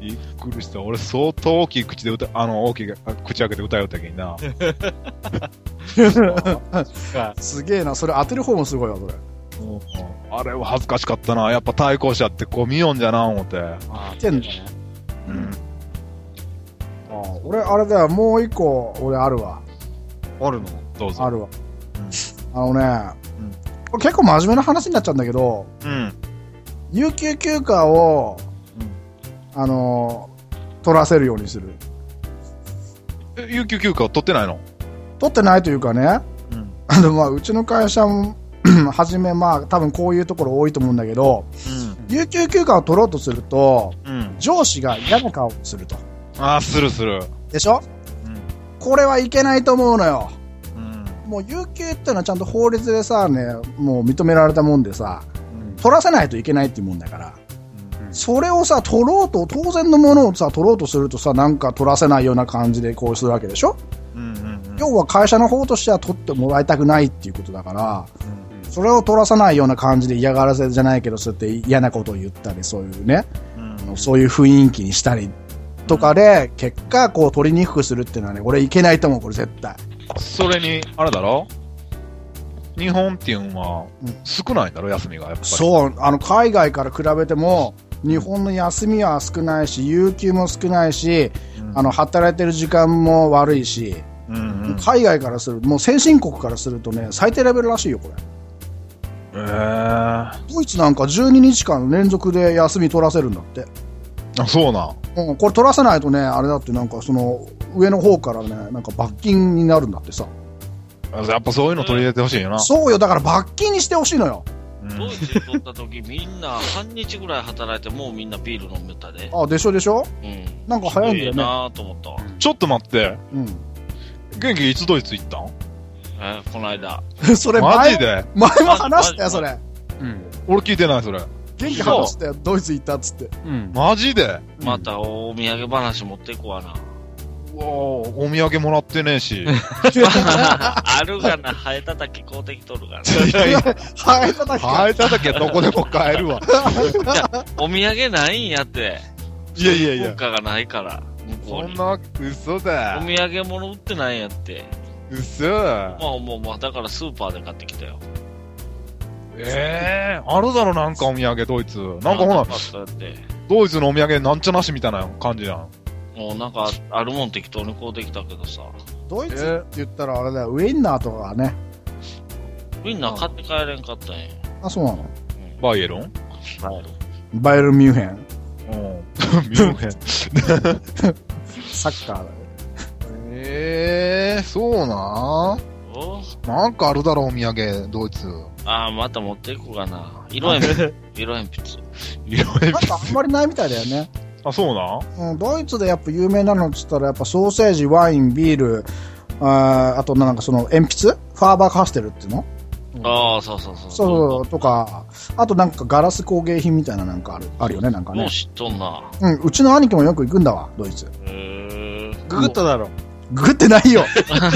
[SPEAKER 5] びっくりした。俺相当大きい口で歌、あの、大きいあ口開けて歌いよったけんな。
[SPEAKER 2] (laughs) すげえな。それ当てる方もすごいわ、それ。
[SPEAKER 5] うんあれは恥ずかしかったな。やっぱ対抗者ってこう見よんじゃな、思って。
[SPEAKER 2] てんだ
[SPEAKER 5] うん。
[SPEAKER 2] ああ俺、あれだよ。もう一個、俺あるわ。
[SPEAKER 4] あるの
[SPEAKER 5] どうぞ。
[SPEAKER 2] あるわ。あのね、これ結構真面目な話になっちゃうんだけど、
[SPEAKER 5] うん。
[SPEAKER 2] 有給休暇を、あのー取らせるようにする。
[SPEAKER 5] え有給休暇取ってないの
[SPEAKER 2] 取ってないというかね、
[SPEAKER 5] うん。
[SPEAKER 2] あの、まあ、うちの会社も、 (clears throat) はじめ、まあ、多分こういうところ多いと思うんだけど、有給休暇を取ろうとすると、
[SPEAKER 5] うん。うん。
[SPEAKER 2] 上司が嫌な顔をすると。
[SPEAKER 5] ああ、するする。
[SPEAKER 2] でしょ
[SPEAKER 5] う
[SPEAKER 2] これはいけないと思うのよ。
[SPEAKER 5] ん。うん。
[SPEAKER 2] もう有給ってのはちゃんと法律でさ、ね、もう認められたもんでさ、
[SPEAKER 5] うん
[SPEAKER 2] 取らせないといけないっていうもんだから。それをさ、取ろうと、当然のものをさ、取ろうとするとさ、なんか取らせないような感じでこうするわけでしょ、
[SPEAKER 5] うんうんうん
[SPEAKER 2] 要は会社の方としては取ってもらいたくないっていうことだから、
[SPEAKER 5] うん
[SPEAKER 2] それを取らさないような感じで嫌がらせじゃないけど、そうやって嫌なことを言ったり、そういうね、
[SPEAKER 5] うん
[SPEAKER 2] あのそういう雰囲気にしたりとかで、結果、こう取りにくくするっていうのはね、俺いけないと思う、これ絶対。
[SPEAKER 5] それに、あれだろ日本っていうのは
[SPEAKER 2] うん
[SPEAKER 5] 少ないんだろ、休みが。やっぱり。
[SPEAKER 2] そう、あの、海外から比べても、日本の休みは少ないし、有給も少ないし、
[SPEAKER 5] うん
[SPEAKER 2] あの、働いてる時間も悪いし、
[SPEAKER 5] うんうん。
[SPEAKER 2] 海外からするもう先進国からするとね最低レベルらしいよこれ
[SPEAKER 5] えー
[SPEAKER 2] ドイツなんか12日間連続で休み取らせるんだって、
[SPEAKER 5] あ、そうなん。
[SPEAKER 2] うん、これ取らせないとねあれだってなんかその上の方からねなんか罰金になるんだってさ
[SPEAKER 5] やっぱそういうの取り入れてほしいよな。
[SPEAKER 2] そうよだから罰金にしてほしいのよ
[SPEAKER 5] う
[SPEAKER 3] ドイツに取った時みんな半日ぐらい働いてもうみんなビール飲めたで。
[SPEAKER 2] あ、でしょでしょ
[SPEAKER 3] うん。
[SPEAKER 2] なんか早いんだ
[SPEAKER 3] ええ
[SPEAKER 2] よね。
[SPEAKER 3] なぁと思ったわ。
[SPEAKER 5] ちょっと待って。
[SPEAKER 2] う
[SPEAKER 5] 元気いつドイツ行ったん
[SPEAKER 3] えーこの間。
[SPEAKER 2] ん。 (laughs) それ
[SPEAKER 5] マジ
[SPEAKER 2] 前、
[SPEAKER 5] で
[SPEAKER 2] 前も話したよ、それ。
[SPEAKER 4] うん。
[SPEAKER 5] 俺聞いてない、それ。
[SPEAKER 2] 元気話したよ、ドイツ行ったっつって。
[SPEAKER 4] うん。
[SPEAKER 5] マジで
[SPEAKER 3] またお土産話持っていく
[SPEAKER 5] (laughs)
[SPEAKER 3] わな。
[SPEAKER 5] うわお土産もらってねえ (laughs) し。い
[SPEAKER 3] あるがな、生えたたき買うてきとるから。
[SPEAKER 5] やいや、
[SPEAKER 2] はい、叩きか。
[SPEAKER 5] 生えただけどこでも買え (laughs) るわ。
[SPEAKER 3] お土産ないんやって。
[SPEAKER 5] いやいやい
[SPEAKER 3] 文
[SPEAKER 5] や。
[SPEAKER 3] 化がないから、向こ
[SPEAKER 5] そ
[SPEAKER 3] うんに。
[SPEAKER 5] な、嘘だ
[SPEAKER 3] お。土産物売ってないんやって。
[SPEAKER 5] 嘘。
[SPEAKER 3] まあもう、まあだからスーパーで買ってきたよ。
[SPEAKER 5] ええあるだろ、なんかお土産、ドイツ。なんかほら、
[SPEAKER 3] まあそうやって。
[SPEAKER 5] ドイツのお土産なんちゃなしみたいな感じやん。
[SPEAKER 3] もうなんか、あるもん適当にこうできたけどさ。
[SPEAKER 2] ドイツって言ったらあれだよ、ウインナーとかがね。
[SPEAKER 3] みんな買って帰れんかったんや。
[SPEAKER 2] あ、そうなの
[SPEAKER 3] うん
[SPEAKER 5] バイエルン
[SPEAKER 2] バイエルンミュンヘン。
[SPEAKER 5] うん。ミュンヘン。
[SPEAKER 2] サッカーだよ。
[SPEAKER 5] ええそうな
[SPEAKER 3] お
[SPEAKER 5] なんかあるだろう、お土産、ドイツ。
[SPEAKER 3] ああ、また持っていこうかな。色鉛
[SPEAKER 2] (laughs)
[SPEAKER 3] 筆。色鉛筆。
[SPEAKER 5] いろいろ
[SPEAKER 2] なん。かあんまりないみたいだよね。
[SPEAKER 5] あ、そうなん
[SPEAKER 2] うん、ドイツでやっぱ有名なのって言ったら、やっぱソーセージ、ワイン、ビール、あーあとなんかその鉛筆ファーバーカステルっていうの
[SPEAKER 3] ああ、そうそうそ
[SPEAKER 2] そ
[SPEAKER 3] う。
[SPEAKER 2] うそうとか、あとなんかガラス工芸品みたいななんかあるあるよね、なんか
[SPEAKER 3] も
[SPEAKER 2] ね
[SPEAKER 3] う。知っとんな。
[SPEAKER 2] うん、うちの兄貴もよく行くんだわ、ドイツ。
[SPEAKER 3] へえ。
[SPEAKER 4] ググっただろ。
[SPEAKER 2] ググってないよ (laughs) ググ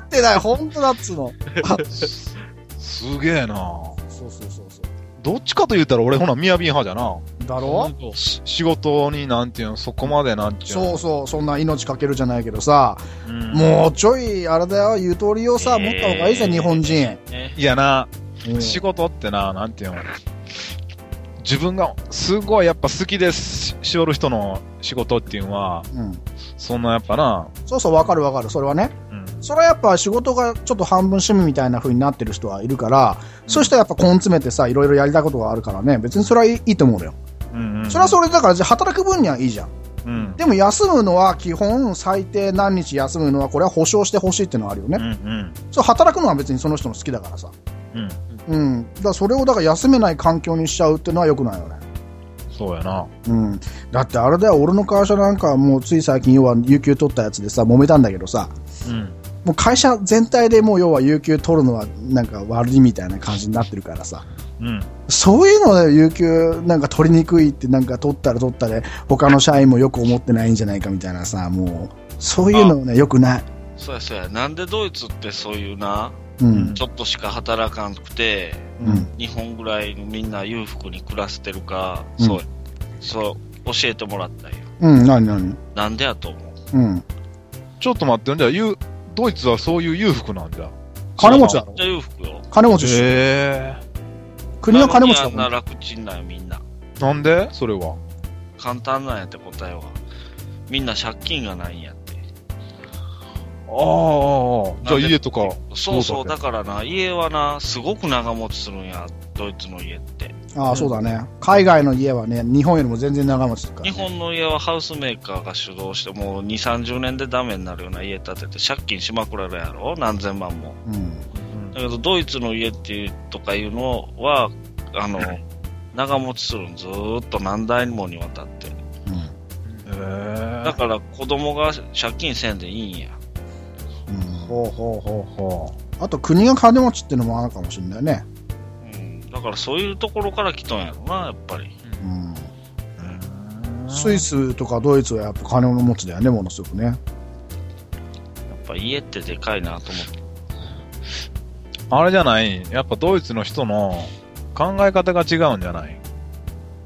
[SPEAKER 2] ってない、ほんとだっつうの。
[SPEAKER 5] すげえな
[SPEAKER 2] そうそうそうそ
[SPEAKER 5] どっちかと言ったら俺ほな、ミヤビン派じゃな。
[SPEAKER 2] う。だろ
[SPEAKER 5] し仕事になんていうの、そこまでなんていう
[SPEAKER 2] そ
[SPEAKER 5] の。
[SPEAKER 2] うそう、そんな命かけるじゃないけどさ、
[SPEAKER 5] うん
[SPEAKER 2] もうちょい、あれだよ、ゆとりをさ、
[SPEAKER 3] えー
[SPEAKER 2] 持った方がいいぜ、日本人。
[SPEAKER 3] ね
[SPEAKER 5] いやな、
[SPEAKER 2] うん
[SPEAKER 5] 仕事ってな、なんていうの。自分がすごいやっぱ好きでししおる人の仕事っていうのは、
[SPEAKER 2] うん
[SPEAKER 5] そんなやっぱな、
[SPEAKER 2] そうそう、わかるわかる、それはね。
[SPEAKER 5] うん、
[SPEAKER 2] それはやっぱ仕事がちょっと半分趣味みたいな風になってる人はいるから、そういう人はやっぱ根詰めてさ、いろいろやりたいことがあるからね、別にそれはいいいいと思うのよ。
[SPEAKER 5] うんうん
[SPEAKER 2] それはそれだから、じゃあ働く分にはいいじゃん。
[SPEAKER 5] うん。
[SPEAKER 2] でも休むのは基本最低何日休むのはこれは保証してほしいっていうのはあるよ
[SPEAKER 5] う
[SPEAKER 2] ね。
[SPEAKER 5] んうん。
[SPEAKER 2] そう働くのは別にその人の好きだからさ。
[SPEAKER 5] うん。
[SPEAKER 2] うん。だからそれをだから休めない環境にしちゃうっていうのは良くないよね。
[SPEAKER 5] そうやな。
[SPEAKER 2] うん、だってあれだよ、俺の会社なんかはもうつい最近、要は有給取ったやつでさ、揉めたんだけどさ、
[SPEAKER 5] うん。
[SPEAKER 2] もう会社全体でもう要は有給取るのはなんか悪いみたいな感じになってるからさ、
[SPEAKER 5] うん。
[SPEAKER 2] そういうので有給なんか取りにくいってなんか取ったら取ったで、他の社員もよく思ってないんじゃないかみたいなさ、もう、そういうのね、よくない。
[SPEAKER 3] そうやそうや。なんでドイツってそういうな、
[SPEAKER 2] うん。
[SPEAKER 3] ちょっとしか働かんくて、
[SPEAKER 2] うん。
[SPEAKER 3] 日本ぐらいのみんな裕福に暮らしてるか、
[SPEAKER 2] うん
[SPEAKER 3] そう、そう、教えてもらったんよ。
[SPEAKER 2] うん、なになに
[SPEAKER 3] なんでやと思う。
[SPEAKER 2] うん。
[SPEAKER 5] ちょっと待って、じゃあ、ゆうドイツはそういう裕福なんじゃ。
[SPEAKER 2] 金持ちだ
[SPEAKER 3] め
[SPEAKER 2] ろ
[SPEAKER 3] っちゃ裕福よ。
[SPEAKER 2] 金持ちっしょ
[SPEAKER 5] へえ
[SPEAKER 2] 国は金持ちだ
[SPEAKER 3] なのに
[SPEAKER 2] も
[SPEAKER 3] あん
[SPEAKER 2] ん。
[SPEAKER 3] な楽ちんなんよ、みんな。
[SPEAKER 5] なんでそれは。
[SPEAKER 3] 簡単なんやって答えは。みんな借金がないんやって。
[SPEAKER 5] ああ、じゃあ家とか。
[SPEAKER 3] そうそう、
[SPEAKER 5] ど
[SPEAKER 3] だからな、家はな、すごく長持ちするんや、ドイツの家って。
[SPEAKER 2] ああ、そうだね。海外の家はね、日本よりも全然長持ちだからね、
[SPEAKER 3] 日本の家はハウスメーカーが主導して、もう2、30年でダメになるような家建てて、借金しまくられるやろ何千万も。
[SPEAKER 2] うん。
[SPEAKER 3] だけど、ドイツの家っていう、とかいうのは、あの、長持ちするんずーっと何代もにわたって。
[SPEAKER 5] へえ
[SPEAKER 3] だから子供が借金せんでいいんや。
[SPEAKER 2] うん。うん
[SPEAKER 5] ほうほうほうほ
[SPEAKER 2] あと国が金持ちってのもあるかもしれないね。
[SPEAKER 3] うん。だからそういうところから来たんやろな、やっぱり。
[SPEAKER 2] うん、
[SPEAKER 5] う。
[SPEAKER 2] スイスとかドイツはやっぱ金持ちだよね、ものすごくね。
[SPEAKER 3] やっぱ家ってでかいなと思って。
[SPEAKER 5] あれじゃないやっぱドイツの人の考え方が違うんじゃない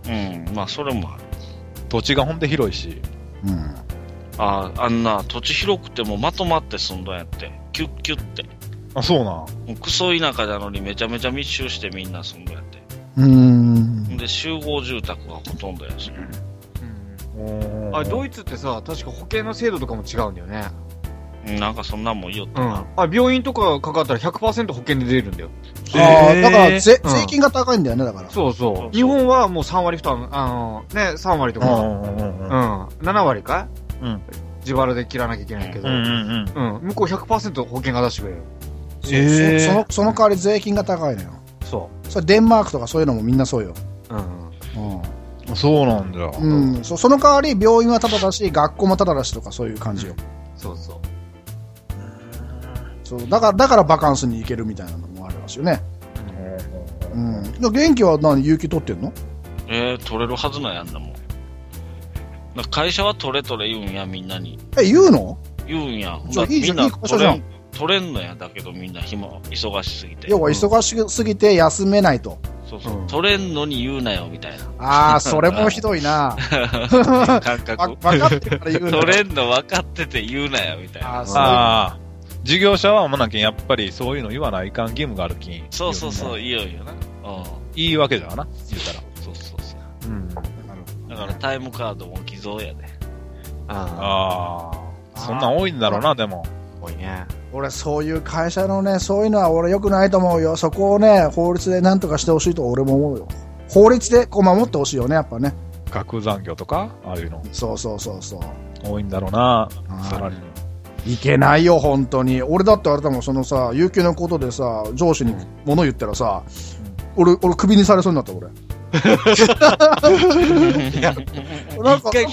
[SPEAKER 3] うん。まあ、それもある。
[SPEAKER 5] 土地がほんで広いし。
[SPEAKER 2] うん。
[SPEAKER 3] ああ、あんな土地広くてもまとまって住んだんやって。キュッキュッて。
[SPEAKER 5] あ、そうなん。
[SPEAKER 3] もうクソ田舎なのにめちゃめちゃ密集してみんな住んだんやって。
[SPEAKER 2] うーん。
[SPEAKER 3] で、集合住宅がほとんどやし。
[SPEAKER 5] うん
[SPEAKER 4] あ、ドイツってさ、確か保険の制度とかも違うんだよね。
[SPEAKER 3] うんなんかそんなんもんいいよって
[SPEAKER 4] うん。
[SPEAKER 3] な。
[SPEAKER 4] あ、病院とかかかったら100%保険で出るんだよ。
[SPEAKER 2] ああ、だから
[SPEAKER 5] え
[SPEAKER 2] ぜ、
[SPEAKER 4] うん
[SPEAKER 2] 税金が高いんだよね、だから。
[SPEAKER 4] そう
[SPEAKER 3] そう
[SPEAKER 4] そ
[SPEAKER 3] そう
[SPEAKER 4] う。日本はもう3割負担、あの、ね、3割と
[SPEAKER 5] ー
[SPEAKER 4] か、
[SPEAKER 5] うんうんう
[SPEAKER 4] うんん、7割か
[SPEAKER 5] うん。
[SPEAKER 4] 自腹で切らなきゃいけないけど、
[SPEAKER 5] う
[SPEAKER 4] うん、
[SPEAKER 5] うんんうん。
[SPEAKER 4] 向こう100%保険が出してくれる。
[SPEAKER 2] そ
[SPEAKER 5] えー
[SPEAKER 2] そそのその代わり税金が高いのよ。
[SPEAKER 4] そ
[SPEAKER 2] それデンマークとかそういうのもみんなそうよ。
[SPEAKER 4] う。うん。
[SPEAKER 2] う
[SPEAKER 5] そうなんだ。
[SPEAKER 2] ん。うん、そその代わり病院はただだし、学校もただだしとかそういう感じよ。
[SPEAKER 4] そうそう。
[SPEAKER 2] そうだから、だからバカンスに行けるみたいなのもありますよね。うん。で元気は何、有給取ってんの
[SPEAKER 3] えー、取れるはずなんやんなもん。な会社は取れ取れ言うんや、みんなに。
[SPEAKER 2] え、言うの
[SPEAKER 3] 言うんや。ほん
[SPEAKER 2] じゃ
[SPEAKER 3] な
[SPEAKER 2] あ
[SPEAKER 3] ら
[SPEAKER 2] いい
[SPEAKER 3] み
[SPEAKER 2] じゃ
[SPEAKER 3] ん
[SPEAKER 2] ん
[SPEAKER 3] ない
[SPEAKER 2] い会社
[SPEAKER 3] 取
[SPEAKER 2] じゃ
[SPEAKER 3] れ
[SPEAKER 2] ん
[SPEAKER 3] ん、取れんのや。だけどみんな暇、忙しすぎて。
[SPEAKER 2] 要は忙しすぎて休めないと。
[SPEAKER 3] そうそう、
[SPEAKER 4] うん
[SPEAKER 3] 取れんのに言うなよ、みたい
[SPEAKER 2] (laughs) ああ、それもひどいな。
[SPEAKER 3] な感
[SPEAKER 2] わ分。
[SPEAKER 3] 覚
[SPEAKER 2] かってるから言うの
[SPEAKER 3] (laughs) 取れんの分かってて言うなよ、みたいな。
[SPEAKER 2] あーそう
[SPEAKER 5] ああ。事業者はもうなんけんやっぱりそういうの言わないかん義務があるきん。
[SPEAKER 3] そうそうそう、
[SPEAKER 5] い。
[SPEAKER 3] いいよいいよな。うん。
[SPEAKER 5] いいわけだわな、言うたら。
[SPEAKER 3] そうそうそ
[SPEAKER 4] う
[SPEAKER 3] う。
[SPEAKER 4] ん。
[SPEAKER 3] だからタイムカードも偽造
[SPEAKER 2] (laughs)
[SPEAKER 3] やで。
[SPEAKER 4] ああ。
[SPEAKER 5] ああ。そんなん多いんだろうな、でも。
[SPEAKER 4] 多いね。
[SPEAKER 2] 俺、そういう会社のね、そういうのは俺良くないと思うよ。そこをね、法律で何とかしてほしいと俺も思うよ。法律でこう守ってほしいよね、やっぱね。
[SPEAKER 5] 学残業とか、ああいうの
[SPEAKER 2] そうそうそうそう。
[SPEAKER 5] 多いんだろうな、
[SPEAKER 2] ー
[SPEAKER 5] サラリーマン
[SPEAKER 2] いけないよ、本当に。俺だってあれだもん、そのさ、有給のことでさ、上司に物言ったらさ、俺、俺、クビにされそうになった、俺。なんか
[SPEAKER 4] 一、回、い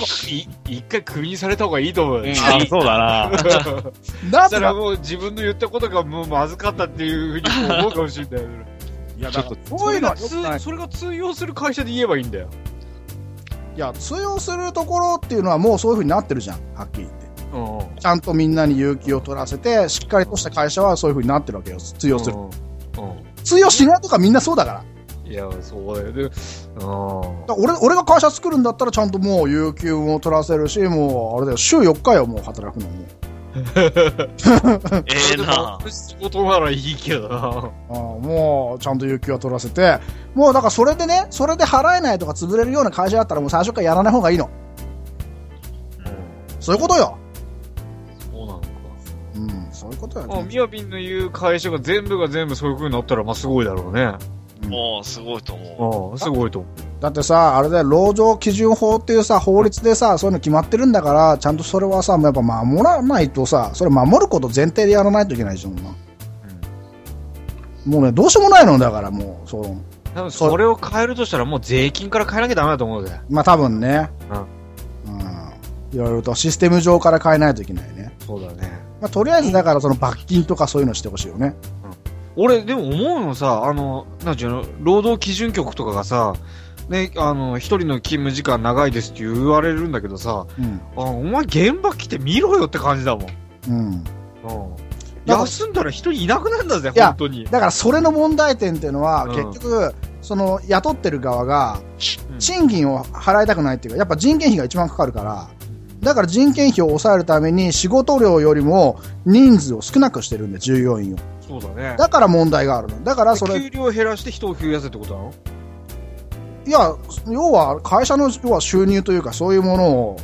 [SPEAKER 4] 一回クビにされた方がいいと思う。
[SPEAKER 3] うん
[SPEAKER 5] あ (laughs) そうだな。
[SPEAKER 2] なん
[SPEAKER 4] そした
[SPEAKER 2] で
[SPEAKER 4] ら
[SPEAKER 2] だ
[SPEAKER 4] もう自分の言ったことがもうまずかったっていうふうに思うかもしれない。
[SPEAKER 2] いや、
[SPEAKER 5] ちょ
[SPEAKER 2] だ
[SPEAKER 5] っ
[SPEAKER 2] か
[SPEAKER 5] と
[SPEAKER 2] らそういうのは良く
[SPEAKER 4] それ
[SPEAKER 2] な
[SPEAKER 4] が
[SPEAKER 2] い。
[SPEAKER 4] 通それが通用する会社で言えばいいんだよ。
[SPEAKER 2] いや、通用するところっていうのはもうそういう風になってるじゃん、はっきり言って。
[SPEAKER 4] うん。
[SPEAKER 2] ちゃんとみんなに有給を取らせて、しっかりとした会社はそういう風になってるわけよ、通用する。
[SPEAKER 4] う
[SPEAKER 2] 通用しないとかみんなそうだから。
[SPEAKER 4] ん。いや、そうだよ。で、うん。
[SPEAKER 2] だから俺俺が会社作るんだったらちゃんともう有給も取らせるしもうあれだよ週4日よもう働くのも
[SPEAKER 3] ええな
[SPEAKER 4] 仕事ならいいけどな。
[SPEAKER 2] ああもうちゃんと有給は取らせてもうだからそれでねそれで払えないとか潰れるような会社だったらもう最初からやらない方がいいのそういうことよ
[SPEAKER 4] そうなのか。
[SPEAKER 2] うんそういうことよ、
[SPEAKER 4] まあ、
[SPEAKER 2] ね、
[SPEAKER 4] みやびんの言う会社が全部が全部そういう風になったら、まあすごいだろうね。あ
[SPEAKER 3] もうすごいと思
[SPEAKER 4] あ、すごいと思
[SPEAKER 2] だってさあれだよ労働基準法っていうさ法律でさそういうの決まってるんだからちゃんとそれはさやっぱ守らないとさそれ守ること前提でやらないといけないじゃんな、もうねどうしようもないのだからもうそう
[SPEAKER 4] う。多分それを変えるとしたらもう税金から変えなきゃダメだと思うぜ。
[SPEAKER 2] まあ多分ね、うん、いろいろとシステム上から変えないといけないね。
[SPEAKER 4] そうだね。
[SPEAKER 2] まあとりあえずだからその罰金とかそういうのしてほしいよね。
[SPEAKER 4] 俺、でも思うのさ、あの、なんちゅうの、労働基準局とかがさ、ね、あの、一人の勤務時間長いですって言われるんだけどさ、
[SPEAKER 2] うん。
[SPEAKER 4] あお前現場来て見ろよって感じだもん。
[SPEAKER 2] うん。
[SPEAKER 4] うん。
[SPEAKER 2] だから
[SPEAKER 4] 休んだら人いなくなるんだぜ、
[SPEAKER 2] いや
[SPEAKER 4] 本当に。
[SPEAKER 2] だからそれの問題点っていうのは、
[SPEAKER 4] うん
[SPEAKER 2] 結局、その雇ってる側が
[SPEAKER 4] う、ん
[SPEAKER 2] 賃金を払いたくないっていうか、やっぱ人件費が一番かかるから、だから人件費を抑えるために仕事量よりも人数を少なくしてるんで、従業員を。
[SPEAKER 4] そうだね。
[SPEAKER 2] だから問題があるの。だからそれ、
[SPEAKER 4] 給料減らして人を増やせってことなの
[SPEAKER 2] いや、要は会社の要は収入というか、そういうものを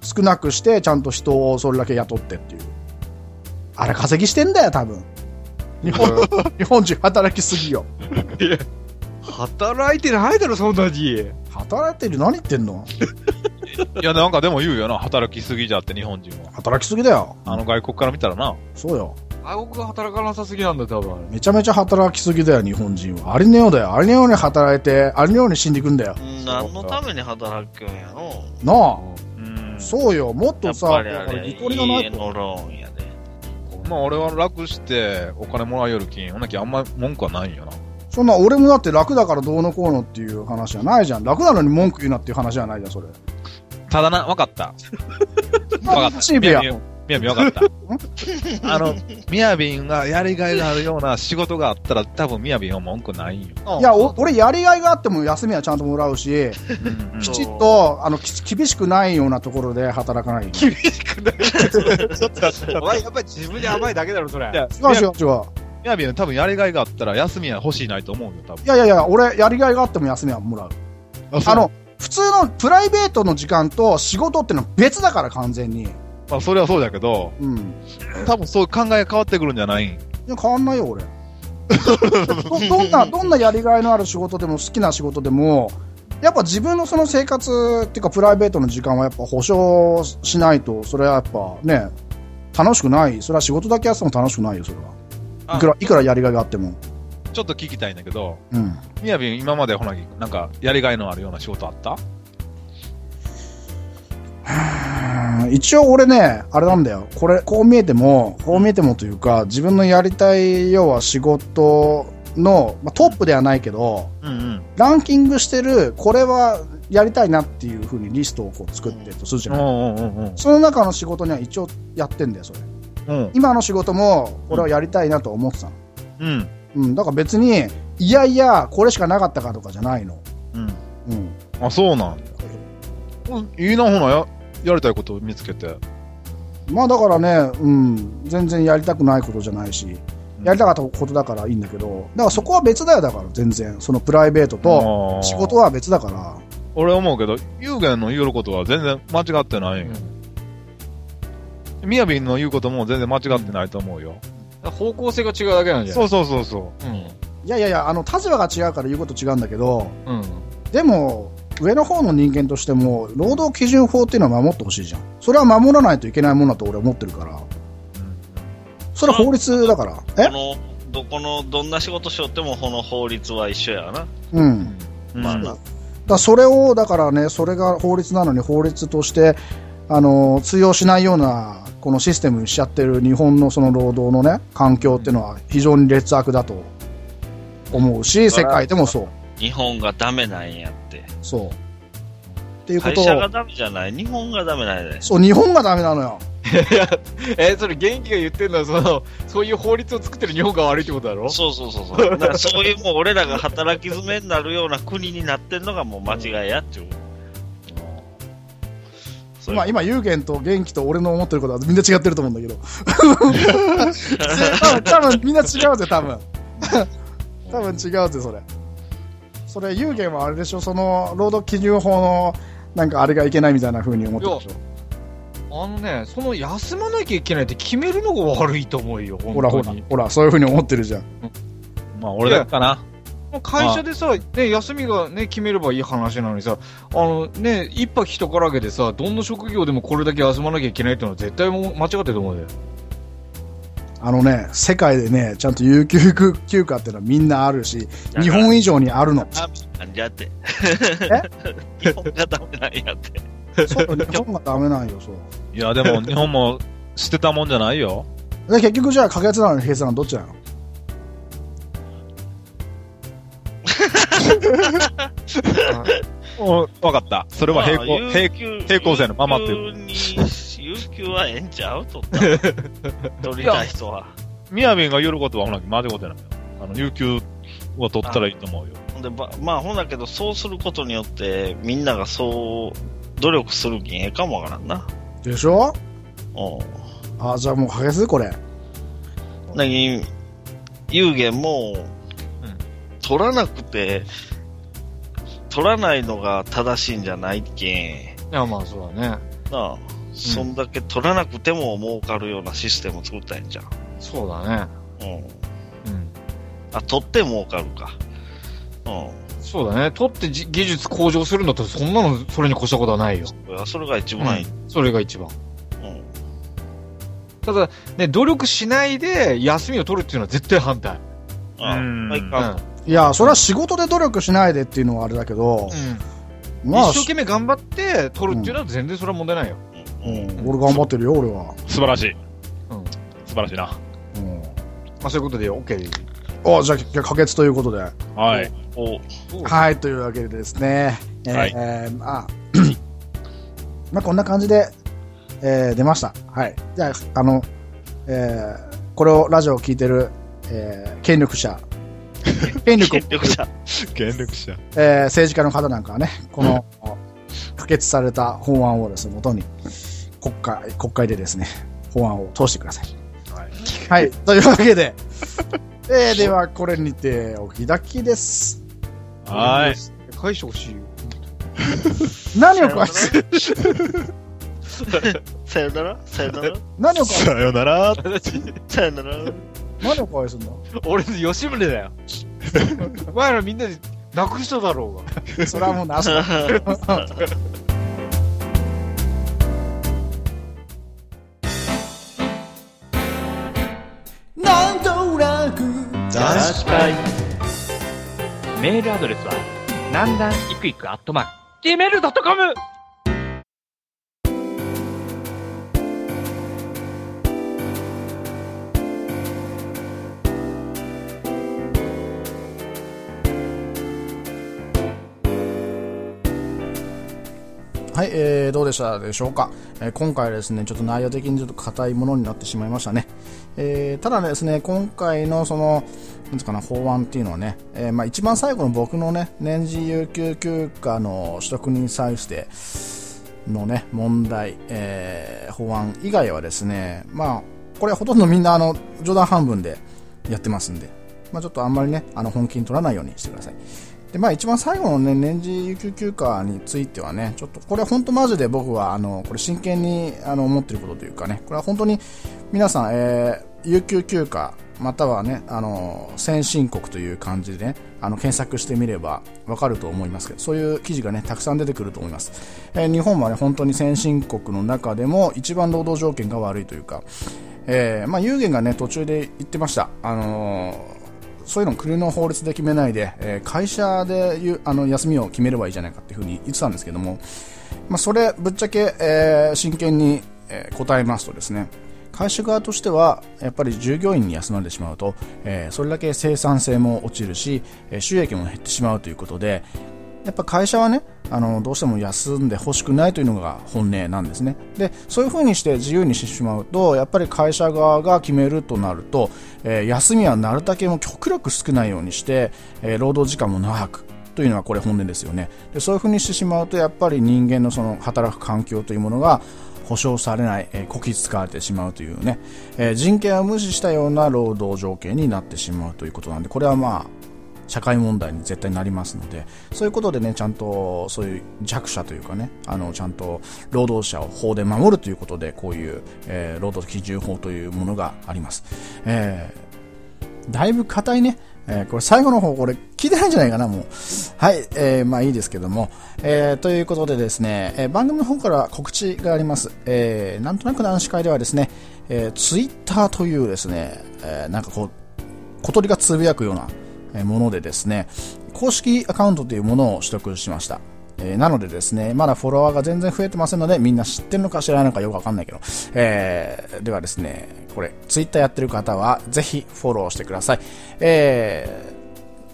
[SPEAKER 2] 少なくして、ちゃんと人をそれだけ雇ってっていう。あれ、稼ぎしてんだよ、多分。日本日本人働きすぎよ。
[SPEAKER 4] 働いてないだろ、そんなに。
[SPEAKER 2] 働いてる何言ってんの
[SPEAKER 5] いや、なんかでも言うよな、働きすぎじゃって、日本人は。
[SPEAKER 2] 働きすぎだよ。
[SPEAKER 5] あの外国から見たらな。
[SPEAKER 2] そうよ。
[SPEAKER 4] 外国が働かなさすぎなんだよ、多分。
[SPEAKER 2] めちゃめちゃ働きすぎだよ、日本人は。ありのようだよ。ありのように働いて、ありのように死んでいくんだよ。
[SPEAKER 3] う。うん何のために働くんやろ
[SPEAKER 2] なあ。
[SPEAKER 5] うん。
[SPEAKER 2] そうよ。もっ
[SPEAKER 3] や
[SPEAKER 2] と
[SPEAKER 3] っ
[SPEAKER 2] さ、
[SPEAKER 3] ぱりあ
[SPEAKER 2] だから
[SPEAKER 3] れ、
[SPEAKER 2] ゆとりがな
[SPEAKER 3] 家
[SPEAKER 2] いと。
[SPEAKER 3] のローンやで。
[SPEAKER 5] まあ俺は楽してお金もらえよるきん、ほんなきゃあんま文句はないんよな。
[SPEAKER 2] そんな、俺もだって楽だからどうのこうのっていう話じゃないじゃん。楽なのに文句言うなっていう話じゃないじゃん、それ。
[SPEAKER 5] ただな、わかった。わかっ
[SPEAKER 2] シ
[SPEAKER 5] た。
[SPEAKER 2] ビア
[SPEAKER 5] み。やみやびわかった。あの、みやびんがやりがいがあるような仕事があったら、多分みやびんは文句ないんよ。
[SPEAKER 2] いや、お俺、やりがいがあっても休みはちゃんともらうし、
[SPEAKER 5] うん
[SPEAKER 2] きちっと、あの、き厳しくないようなところで働かない。違
[SPEAKER 4] 厳しくない。 (laughs) お前、やっぱり自分に甘いだけだろ、それ。
[SPEAKER 5] いや、
[SPEAKER 2] う違う違う。
[SPEAKER 5] みやびんは多分やりがいがあったら休みは欲しいないと思うよ、多分。
[SPEAKER 2] いやいやいや、俺、やりがいがあっても休みはもらう。あ、の、普通のプライベートの時間と仕事ってのは別だから、完全に。
[SPEAKER 5] まあそれはそうだけど、
[SPEAKER 2] うん。
[SPEAKER 5] 多分そういう考えが変わってくるんじゃないん。
[SPEAKER 2] いや変わんないよ、俺。どどんな、どんなやりがいのある仕事でも、好きな仕事でも、やっぱ自分のその生活っていうか、プライベートの時間はやっぱ保証しないと、それはやっぱね、楽しくない。それは仕事だけやっても楽しくないよ、それは。いくら、いくらやりがいがあっても。
[SPEAKER 5] ちょっと聞きたいんだけど、
[SPEAKER 2] うん。
[SPEAKER 5] みやびん今までほなぎ、なんか、やりがいのあるような仕事あった
[SPEAKER 2] うん一応俺ね、あれなんだよ。これ、こう見えても、こう見えてもというか、自分のやりたい、要は仕事の、まあ、トップではないけど、
[SPEAKER 5] うんうん。
[SPEAKER 2] ランキングしてる、これはやりたいなっていうふうにリストをこう作ってるとするじゃ
[SPEAKER 5] う
[SPEAKER 2] ない、
[SPEAKER 5] んうんうんうん。
[SPEAKER 2] その中の仕事には一応やってんだよ、それ。
[SPEAKER 5] うん。
[SPEAKER 2] 今の仕事も、俺はやりたいなと思ってたの。
[SPEAKER 5] うん。
[SPEAKER 2] うん、だから別に、いやいや、これしかなかったかとかじゃないの。
[SPEAKER 5] うん。
[SPEAKER 2] うん。
[SPEAKER 5] あ、そうなんだ。うんいいな、ほな、や、やりたいこと見つけて。
[SPEAKER 2] まあだからね、うん、全然やりたくないことじゃないし、やりたかったことだからいいんだけど、だからそこは別だよ、だから全然。そのプライベートと
[SPEAKER 5] と
[SPEAKER 2] 仕事は別だから。
[SPEAKER 5] 俺思うけど、有言の言うことは全然間違ってないよ。みやびんの言うことも全然間違ってないと思うよ。
[SPEAKER 4] 方向性が違うだけなんじゃな
[SPEAKER 5] そ
[SPEAKER 4] いう
[SPEAKER 5] そうそうそ
[SPEAKER 2] いやいやいや、あの、立場が違うから言うこと違うんだけど、
[SPEAKER 4] うん。うん。
[SPEAKER 2] でも、上の方の人間としても、労働基準法っていうのは守ってほしいじゃん。それは守らないといけないものだと俺は思ってるから。
[SPEAKER 5] う。うん
[SPEAKER 2] それは法律だから。え
[SPEAKER 3] この、どこの、どんな仕事しよっても、この法律は一緒やな。
[SPEAKER 2] うん。
[SPEAKER 5] うん
[SPEAKER 3] まあ
[SPEAKER 2] だからそれをだからねそれが法律なのに法律としてあの通用しないようなこのシステムにしちゃってる日本のその労働のね環境っていうのは非常に劣悪だと思うし世界でもそう
[SPEAKER 3] 日本がダメなんやって。
[SPEAKER 2] そうっていうこ
[SPEAKER 3] 会
[SPEAKER 2] とを
[SPEAKER 3] 社がダメじゃない。日本がダメなんやで。
[SPEAKER 2] そう日本がダメなのよ
[SPEAKER 4] え、それ元気が言ってんのは、その、そういう法律を作ってる日本が悪いってことだろ
[SPEAKER 3] そうそうそうそう。だからそういうもう俺らが働き詰めになるような国になってんのがもう間違いやって思う。そういう
[SPEAKER 2] まあ今有限と元気と俺の思ってることはみんな違ってると思うんだけど (laughs) 多分多分みんな違うぜ多 (laughs) 分多分違うぜそれそれ有限はあれでしょその労働基準法のなんかあれがいけないみたいな風に思ってるでし
[SPEAKER 4] あのね、その休まなきゃいけないって決めるのが悪いと思うよ、
[SPEAKER 2] ょ
[SPEAKER 4] ほ
[SPEAKER 2] ほらほらほらそういう風に思ってるじゃん
[SPEAKER 5] まあ、俺だけかな。
[SPEAKER 4] 会社でさ、ね、休みがね、決めればいい話なのにさ、あのね、一泊一からげでさ、どんな職業でもこれだけ休まなきゃいけないってのは絶対もう間違ってると思うよ。
[SPEAKER 2] あのね世界でねちゃんと有給休暇っていうのはみんなあるし日本以上にあるの
[SPEAKER 3] なんじゃって。 (laughs) 日本がダメなんやっ
[SPEAKER 2] (laughs)
[SPEAKER 3] て。
[SPEAKER 2] そう日本がダメなんよそう
[SPEAKER 5] いや、でも日本もしてたもんじゃないよ。
[SPEAKER 2] で結局じゃあ可決なのに閉鎖なのどっちなの
[SPEAKER 5] おわかった。それは平行、平行。
[SPEAKER 3] 行。
[SPEAKER 5] 平行線のままっていう
[SPEAKER 3] 有給に有給はええんちゃう
[SPEAKER 5] (laughs)
[SPEAKER 3] とった。取りたい人は。
[SPEAKER 5] みやびんが言うことはほなぎ、間違ってないよ。あの、有給は取ったらいいと思うよ。
[SPEAKER 3] ほんでばまあ、ほんだけど、そうすることによって、みんながそう、努力する気んええかもわからんな。
[SPEAKER 2] でしょ
[SPEAKER 3] う
[SPEAKER 2] あじゃあもう可決これ
[SPEAKER 3] ん。なに、有限も、
[SPEAKER 5] うん
[SPEAKER 3] 取らなくて、取らないのが正しいんじゃないけ
[SPEAKER 4] いや、まあそうだね。
[SPEAKER 3] ん。なあ、そんだけ取らなくても儲かるようなシステムを作ったんじゃん。
[SPEAKER 4] そうだね。
[SPEAKER 3] うん。
[SPEAKER 4] うん。
[SPEAKER 3] あ、取って儲かるか。うん。
[SPEAKER 4] そうだね。取ってじ技術向上するんだったら、そんなの、それに越したことはないよ。
[SPEAKER 3] いやそれが一番いい。
[SPEAKER 4] それが一番。
[SPEAKER 3] うん
[SPEAKER 4] ただ、ね、努力しないで休みを取るっていうのは絶対反対。
[SPEAKER 3] あ
[SPEAKER 5] うん
[SPEAKER 3] まあいい
[SPEAKER 4] うん。
[SPEAKER 3] か
[SPEAKER 2] いやそれは仕事で努力しないでっていうのはあれだけど、まあ
[SPEAKER 4] 一生懸命頑張って取るっていうのは全然それは問題ないよ。
[SPEAKER 3] うん (laughs)
[SPEAKER 2] うん、俺頑張ってるよ俺は、
[SPEAKER 5] 素晴らしい。
[SPEAKER 4] うん。
[SPEAKER 5] 素晴らしいな。
[SPEAKER 2] う
[SPEAKER 4] まあそういうことで OK です。
[SPEAKER 2] ん、あじゃあじゃあ可決ということで
[SPEAKER 5] はい。
[SPEAKER 3] お
[SPEAKER 2] はいというわけでですねえー
[SPEAKER 5] はい
[SPEAKER 2] えーまあ (clears throat) まあこんな感じで、えー出ましたはいじゃああの、えーこれをラジオを聞いてる、えー権力者権力を
[SPEAKER 3] 権、力者。
[SPEAKER 5] 権力者。
[SPEAKER 2] えー政治家の方なんかはねこの可決された法案をですね元に国会国会でですね法案を通してください
[SPEAKER 5] はい。
[SPEAKER 2] はい。というわけで。えーでは、これにて、お気だきです。
[SPEAKER 5] はい。
[SPEAKER 4] 返してほしい (laughs) よ。
[SPEAKER 2] 何を詳しく、
[SPEAKER 3] さよならさよなら
[SPEAKER 2] 何を詳しく、
[SPEAKER 5] さよなら。
[SPEAKER 3] さよなら
[SPEAKER 2] 何を詳しくすんの
[SPEAKER 4] 俺、吉宗だ (laughs) よ。お前らみんなで泣く人だろうが。
[SPEAKER 2] それはもうなし。
[SPEAKER 1] なんとなく
[SPEAKER 3] 確かに
[SPEAKER 6] メールアドレスは、なんだんいくいくアットマーク、gmail.com!
[SPEAKER 2] はい、えー、どうでしたでしょうか、えー今回はですね、ちょっと内容的にちょっと硬いものになってしまいましたね。えーただですね、今回のその、なんですかな、法案っていうのはね、えーまあ一番最後の僕のね、年次有給休暇の取得に際してのね、問題、えー法案以外はですね、まあ、これほとんどみんなあの、冗談半分でやってますんで、まあちょっとあんまりね、あの、本気に取らないようにしてください。で、まあ一番最後のね、年次有給休暇についてはね、ちょっとこれ本当マジで僕は、あの、これ真剣にあの思ってることというかね、これは本当に皆さん、えー有給休暇、またはね、あの、先進国という感じでね、あの、検索してみればわかると思いますけど、そういう記事がね、たくさん出てくると思います。えー日本はね、本当に先進国の中でも一番労働条件が悪いというか、えーまあ、有言がね、途中で言ってました。あのーそういうのを国の法律で決めないで、えー会社でゆあの休みを決めればいいじゃないかっていうふうに言ってたんですけども、まあ、それ、ぶっちゃけ、えー真剣に、えー答えますとですね、会社側としては、やっぱり従業員に休まれてしまうと、えーそれだけ生産性も落ちるし、えー収益も減ってしまうということで、やっぱ会社はね、あの、どうしても休んでほしくないというのが本音なんですね。で、そういう風にして自由にしてしまうと、やっぱり会社側が決めるとなると、えー休みはなるだけもう極力少ないようにして、えー労働時間も長く。というのはこれ本音ですよねでそういう風にしてしまうとやっぱり人間のその働く環境というものが保障されない、えーこき使われてしまうというね、えー人権を無視したような労働条件になってしまうということなんでこれはまあ社会問題に絶対なりますので、そういうことでね、ちゃんと、そういう弱者というかね、あの、ちゃんと労働者を法で守るということで、こういう、えー労働基準法というものがあります。えーだいぶ硬いね、えーこれ最後の方、これ聞いてないんじゃないかな、もう。はい、えーまあいいですけども。えーということでですね、えー番組の方から告知があります。えーなんとなく男子会ではですね、えー、ツイッターというですね、えーなんかこう、小鳥がつぶやくようなえーものでですね、公式アカウントというものを取得しました。えーなのでですね、まだフォロワーが全然増えてませんので、みんな知ってるのか知らないのかよくわかんないけど、えーではですね、これ、ツイッターやってる方は、ぜひフォローしてください。えー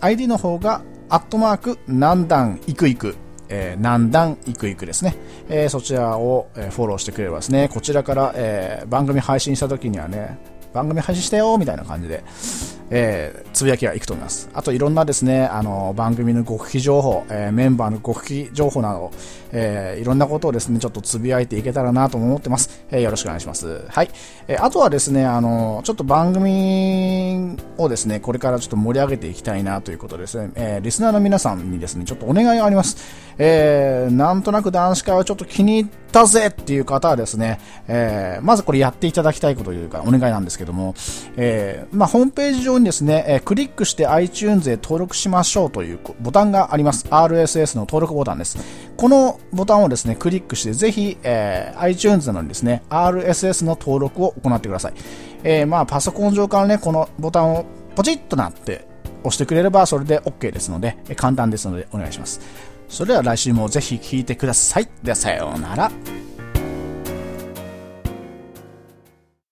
[SPEAKER 2] ID の方が、アットマーク、南段いくいく、えー、南段いくいくですね。えーそちらを、えーフォローしてくれればですね、こちらから、えー番組配信した時にはね、番組配信したよ、みたいな感じで、えーつぶやきがいくと思います。あといろんなですね、あの、番組の極秘情報、えーメンバーの極秘情報など、えーいろんなことをですね、ちょっとつぶやいていけたらなとも思ってます。えーよろしくお願いします。はい。えーあとはですね、あの、ちょっと番組をですね、これからちょっと盛り上げていきたいなということですね、えーリスナーの皆さんにですね、ちょっとお願いがあります。えーなんとなく男子会はちょっと気に入ったぜっていう方はですね、えーまずこれやっていただきたいことというか、お願いなんですけども、えーまあ、ホームページ上にですね、えークリックして iTunes へ登録しましょうというボタンがあります。RSS の登録ボタンです。このボタンをですね、クリックして、ぜひ、えー iTunes などにですね、RSS の登録を行ってください。えーまあ、パソコン上からね、このボタンをポチッとなって押してくれれば、それで OK ですので、えー簡単ですので、お願いします。それでは来週もぜひ聴いてください。では、さようなら。